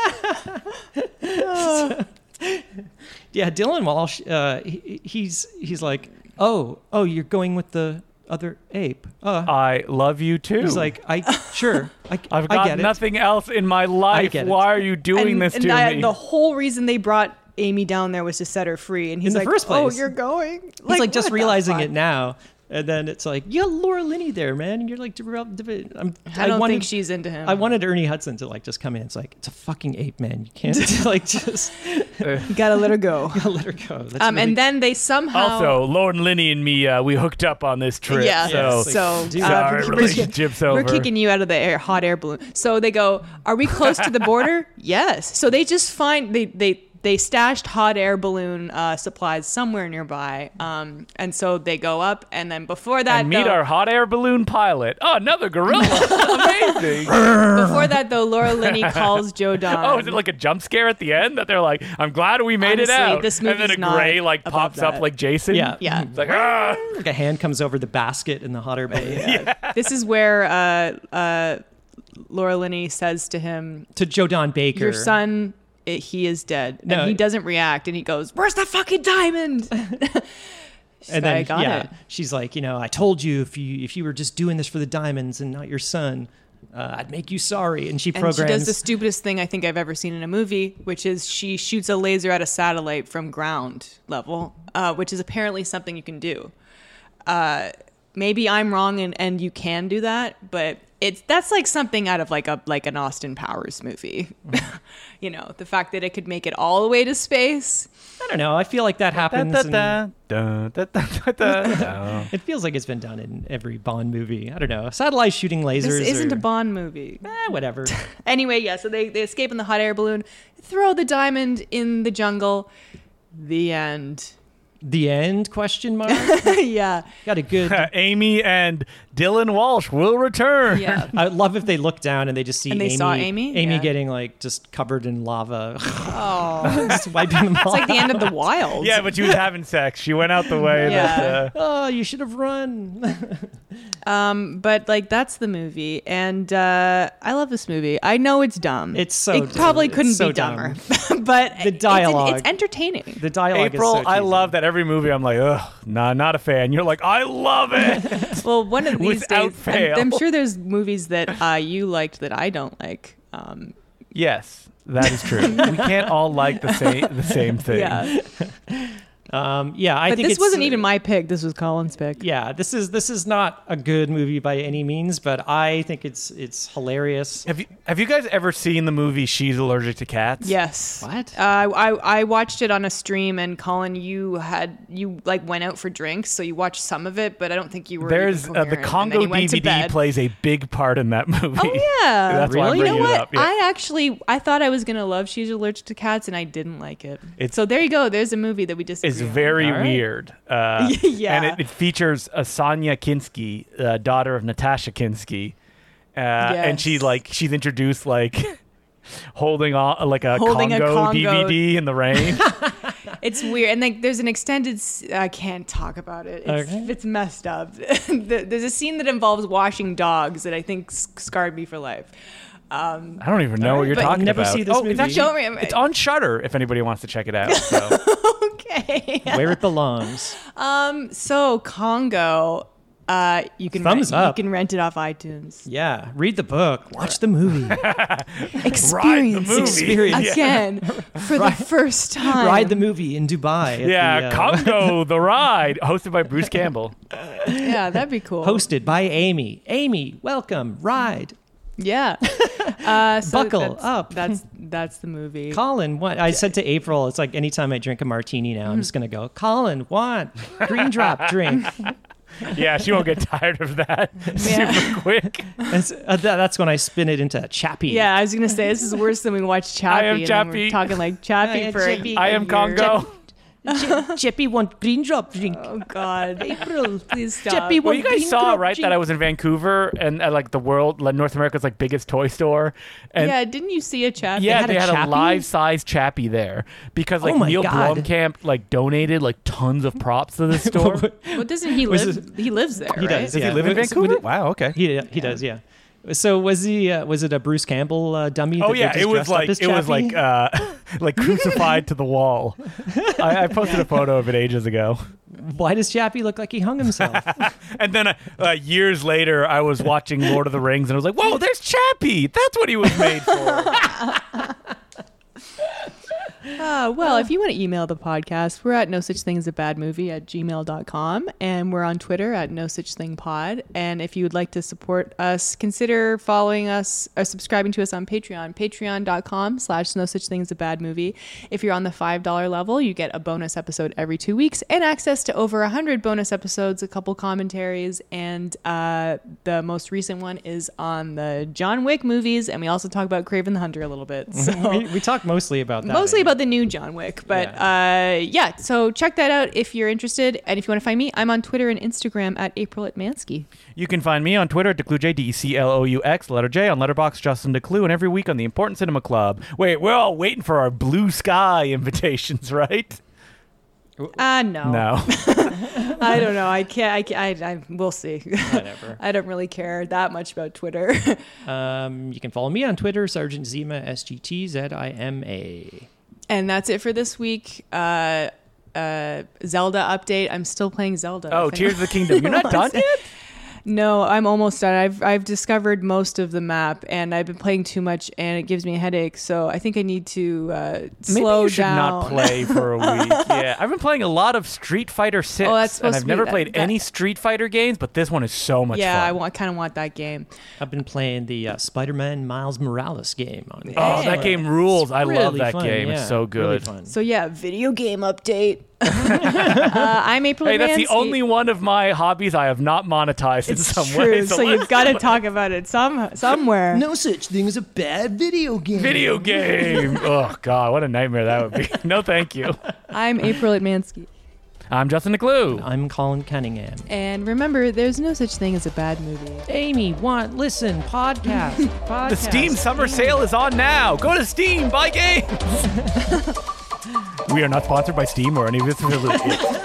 Yeah, Dylan Walsh. Uh, he, he's he's like, oh, oh, you're going with the other ape. Uh, I love you too. he's like, I sure, I, Oh, I've I got get it. nothing else in my life. get it. Why are you doing and, this and to I- me? The whole reason they brought Amy down there was to set her free, and he's the like, first "Oh, place." you're going." He's like just what the realizing fuck? it now, and then it's like, yeah, Laura Linney there, man. And you're like, I'm, I don't wanted, think she's into him. I wanted Ernie Hudson to like just come in. It's like it's a fucking ape, man. You [LAUGHS] can't [LAUGHS] like just you gotta let her go. let her go. [LAUGHS] That's Um, really- and then they somehow also, Lauren Linney and me, uh, we hooked up on this trip. Yeah. So, Yes. So, Dude, uh, our we're- relationship's we're, over. We're kicking you out of the air, hot air balloon. So they go, "Are we close to the [LAUGHS] border?" yes. So they just find they they they stashed hot air balloon uh, supplies somewhere nearby, um, and so they go up, and then before that, and meet though- our [LAUGHS] hot air balloon pilot. Oh, [LAUGHS] another gorilla. Amazing. before that though, Laura [LAUGHS] Linney calls Joe Don. Oh, is it like a jump scare at the end that they're like, "I'm glad we made Um, Honestly, it out," this and then movie's a gray not like above pops up that. like Jason. Yeah. yeah. it's like ah. like a hand comes over the basket in the hot air Oh, balloon. This is where uh, uh, Laura Linney says to him, To Joe Don Baker. "Your son, it, he is dead," No. and he doesn't react, and he goes, "Where's the fucking [LAUGHS] diamond?" She's and like, then I got yeah, it. she's like, you know, I told you if you if you were just doing this for the diamonds and not your son, uh, I'd make you sorry. And she And programs. she does the stupidest thing I think I've ever seen in a movie, which is she shoots a laser at a satellite from ground level, uh, which is apparently something you can do. Uh, maybe I'm wrong, and, and you can do that, but it's that's like something out of like a like an Austin Powers movie. Mm-hmm. [LAUGHS] you know, the fact that it could make it all the way to space. I don't know. I feel like that happens. in- Dun, dun, dun, dun, dun, dun. It feels like it's been done in every Bond movie. I don't know. Satellite shooting lasers. This isn't or- a Bond movie. [LAUGHS] Eh, [LAUGHS] whatever. Anyway, yeah, so they, they escape in the hot air balloon, throw the diamond in the jungle. The [LAUGHS] end. the end? Question mark. [LAUGHS] yeah. Got a good. [LAUGHS] Amy and Dylan Walsh will return. Yeah. I would love if they look down and they just see And they Amy, saw Amy? Yeah. getting like just covered in lava, [LAUGHS] Oh. just wiping them It's like the end of the wild. [LAUGHS] Yeah, but she was having sex. She went out the way. Yeah. That, uh, oh, you should have run. [LAUGHS] Um, but like that's the movie, and uh, I love this movie. I know it's dumb. It's so it dumb. probably It's couldn't so be dumber, [LAUGHS] but it's- dialogue. It's, entertaining. The dialogue. April, is so I cheesy. love that every movie. I'm like, ugh, nah, not a fan. You're like, I love it. well, one of these Without days, fail. I'm, I'm sure there's movies that uh, you liked that I don't like. Um, yes, that is true. we can't all like the same the same thing. yeah, Um, yeah, I but think this it's- uh, wasn't even my pick. This was Colin's pick. Yeah, this is this is not a good movie by any means, but I think it's it's hilarious. Have you have you guys ever seen the movie She's Allergic to Cats? Yes. What? Uh, I I watched it on a stream, and Colin, you had you like went out for drinks, so you watched some of it, but I don't think you were. even There's uh, coherent, the and then Congo you went to DVD bed. plays a big part in that [LAUGHS] movie. Oh yeah, [LAUGHS] That's why I'm Really? You know bringing what? it up. Yeah. I actually I thought I was gonna love She's Allergic to Cats, and I didn't like it. It's- so there you go. There's a movie that we just It's very All right. weird. Uh, [LAUGHS] Yeah. And it, it features uh, Sonia Kinsky, uh, daughter of Natasha Kinsky. Uh, And she Yes. like she's introduced like [LAUGHS] holding on like a Holding a Congo, Congo. DVD in [LAUGHS] the rain. It's weird, and like there's an extended. s- I can't talk about it. It's, Okay. it's messed up. [LAUGHS] The- there's a scene that involves washing dogs that I think s- scarred me for life. Um, [LAUGHS] I don't even know what you're but talking never about. see this oh, movie. it's actually Don't remember. it's on Shutter if anybody wants to check it out. [LAUGHS] So. okay. [LAUGHS] Where it belongs. Um. So Congo. Uh, you can Thumbs rent, up. You can rent it off [LAUGHS] iTunes. Yeah, read the book, watch [LAUGHS] the movie, Ride the Experience movie. Experience. Yeah. again for the first time. ride the movie in Dubai. at Yeah, the, uh, [LAUGHS] Congo the Ride, hosted by Bruce Campbell. yeah, that'd be cool. hosted by Amy. Amy, welcome. Ride. Yeah. Uh, so Buckle that's- up. That's that's the movie. Colin, what? I said to April, it's like anytime I drink a martini now, I'm just gonna go. Colin, want green drop [LAUGHS] drink? Yeah, she won't get tired of that [LAUGHS] Yeah. super quick. That's, uh, that- that's when I spin it into chappy. Yeah, I was gonna say this is worse than we watched Chappie. I am and then we're Chappie. talking like Chappie I am for a Chappie. year. I am Congo. Ch- Chippy want green drop drink. Oh God, April. please stop. [LAUGHS] Chippy Well, you want guys green saw drop right that I drink. was in Vancouver and at, like the world, like, North America's like biggest toy store, and yeah, didn't you see a chat? Yeah, had they a had a, Chappie? live size Chappie there because like Oh my Neil God. Blomkamp like donated like tons of props to the [LAUGHS] store. Well, doesn't he Was live? He lives there. He right? does. Does yeah. he live in Was- Vancouver? Wow. Okay. He he does, yeah. So was he uh, was it a Bruce Campbell uh, dummy? oh that they yeah, just it was dressed up like as it was Chappie? like uh [LAUGHS] like crucified to the [LAUGHS] wall. I, I posted a photo of it ages ago, Why does Chappie look like he [LAUGHS] hung himself? and then uh, uh, years later, I was watching Lord of the Rings, and I was like, "Whoa, there's Chappie! That's what he was made for." Uh, well, if you want to email the podcast, we're at no such thing as a bad movie at gmail.com. And we're on Twitter at no such thing pod. And if you would like to support us, consider following us or subscribing to us on Patreon, patreon.com slash no such thing as a bad movie. If you're on the $5 level, you get a bonus episode every two weeks and access to over 100 bonus episodes, a couple commentaries. And uh, the most recent one is on the John Wick movies. And we also talk about Craven the Hunter a little bit. So we, we talked mostly about that. mostly I about the new John Wick, but yeah. uh yeah, so check that out if you're interested and if you want to find me, I'm on Twitter and Instagram at April at Mansky. You can find me on Twitter at DeCluJ, D E C L O U X, letter J, on Letterbox Justin DeClue, and every week on the Important Cinema Club. Wait, we're all waiting for our blue sky [LAUGHS] invitations, right? Uh no. [LAUGHS] No. I don't know. I can't I can't, I, I we'll see. [LAUGHS] think. whatever. I don't really care that much about Twitter. [LAUGHS] Um, you can follow me on Twitter, Sergeant Zima, S G T Z I M A. and that's it for this week. Uh uh Zelda update. I'm still playing Zelda. Oh, If [LAUGHS] Tears of the Kingdom. You're not [LAUGHS] done yet? No, I'm almost done. I've I've discovered most of the map, and I've been playing too much, and it gives me a headache. So I think I need to uh, Maybe slow you should down. not play for [LAUGHS] a week. Yeah, I've been playing a lot of Street Fighter Six, Oh, that's and supposed I've to be never that- played that- any Street Fighter games, but this one is so much yeah, I fun. kind of want that game. I've been playing the uh, Spider-Man Miles Morales game on. the Oh, Xbox. that game rules! I love Really that fun, game. It's yeah, so really good. fun. So yeah, video game [LAUGHS] update. uh, I'm April. Hey, that's the Mansky. only one of my hobbies I have not monetized in It's some true. way. so let's you've got to talk about it some somewhere. No such thing as a bad video game. video [LAUGHS] game. oh God, what a nightmare that would be. [LAUGHS] No, thank you. I'm April at Mansky, I'm Justin DeClue. I'm Colin Cunningham. and remember, there's no such thing as a bad movie. Amy, want listen podcast. [LAUGHS] podcast The Steam summer sale is on now. Go to [LAUGHS] Steam, buy games. we are not sponsored by Steam or any of its affiliates.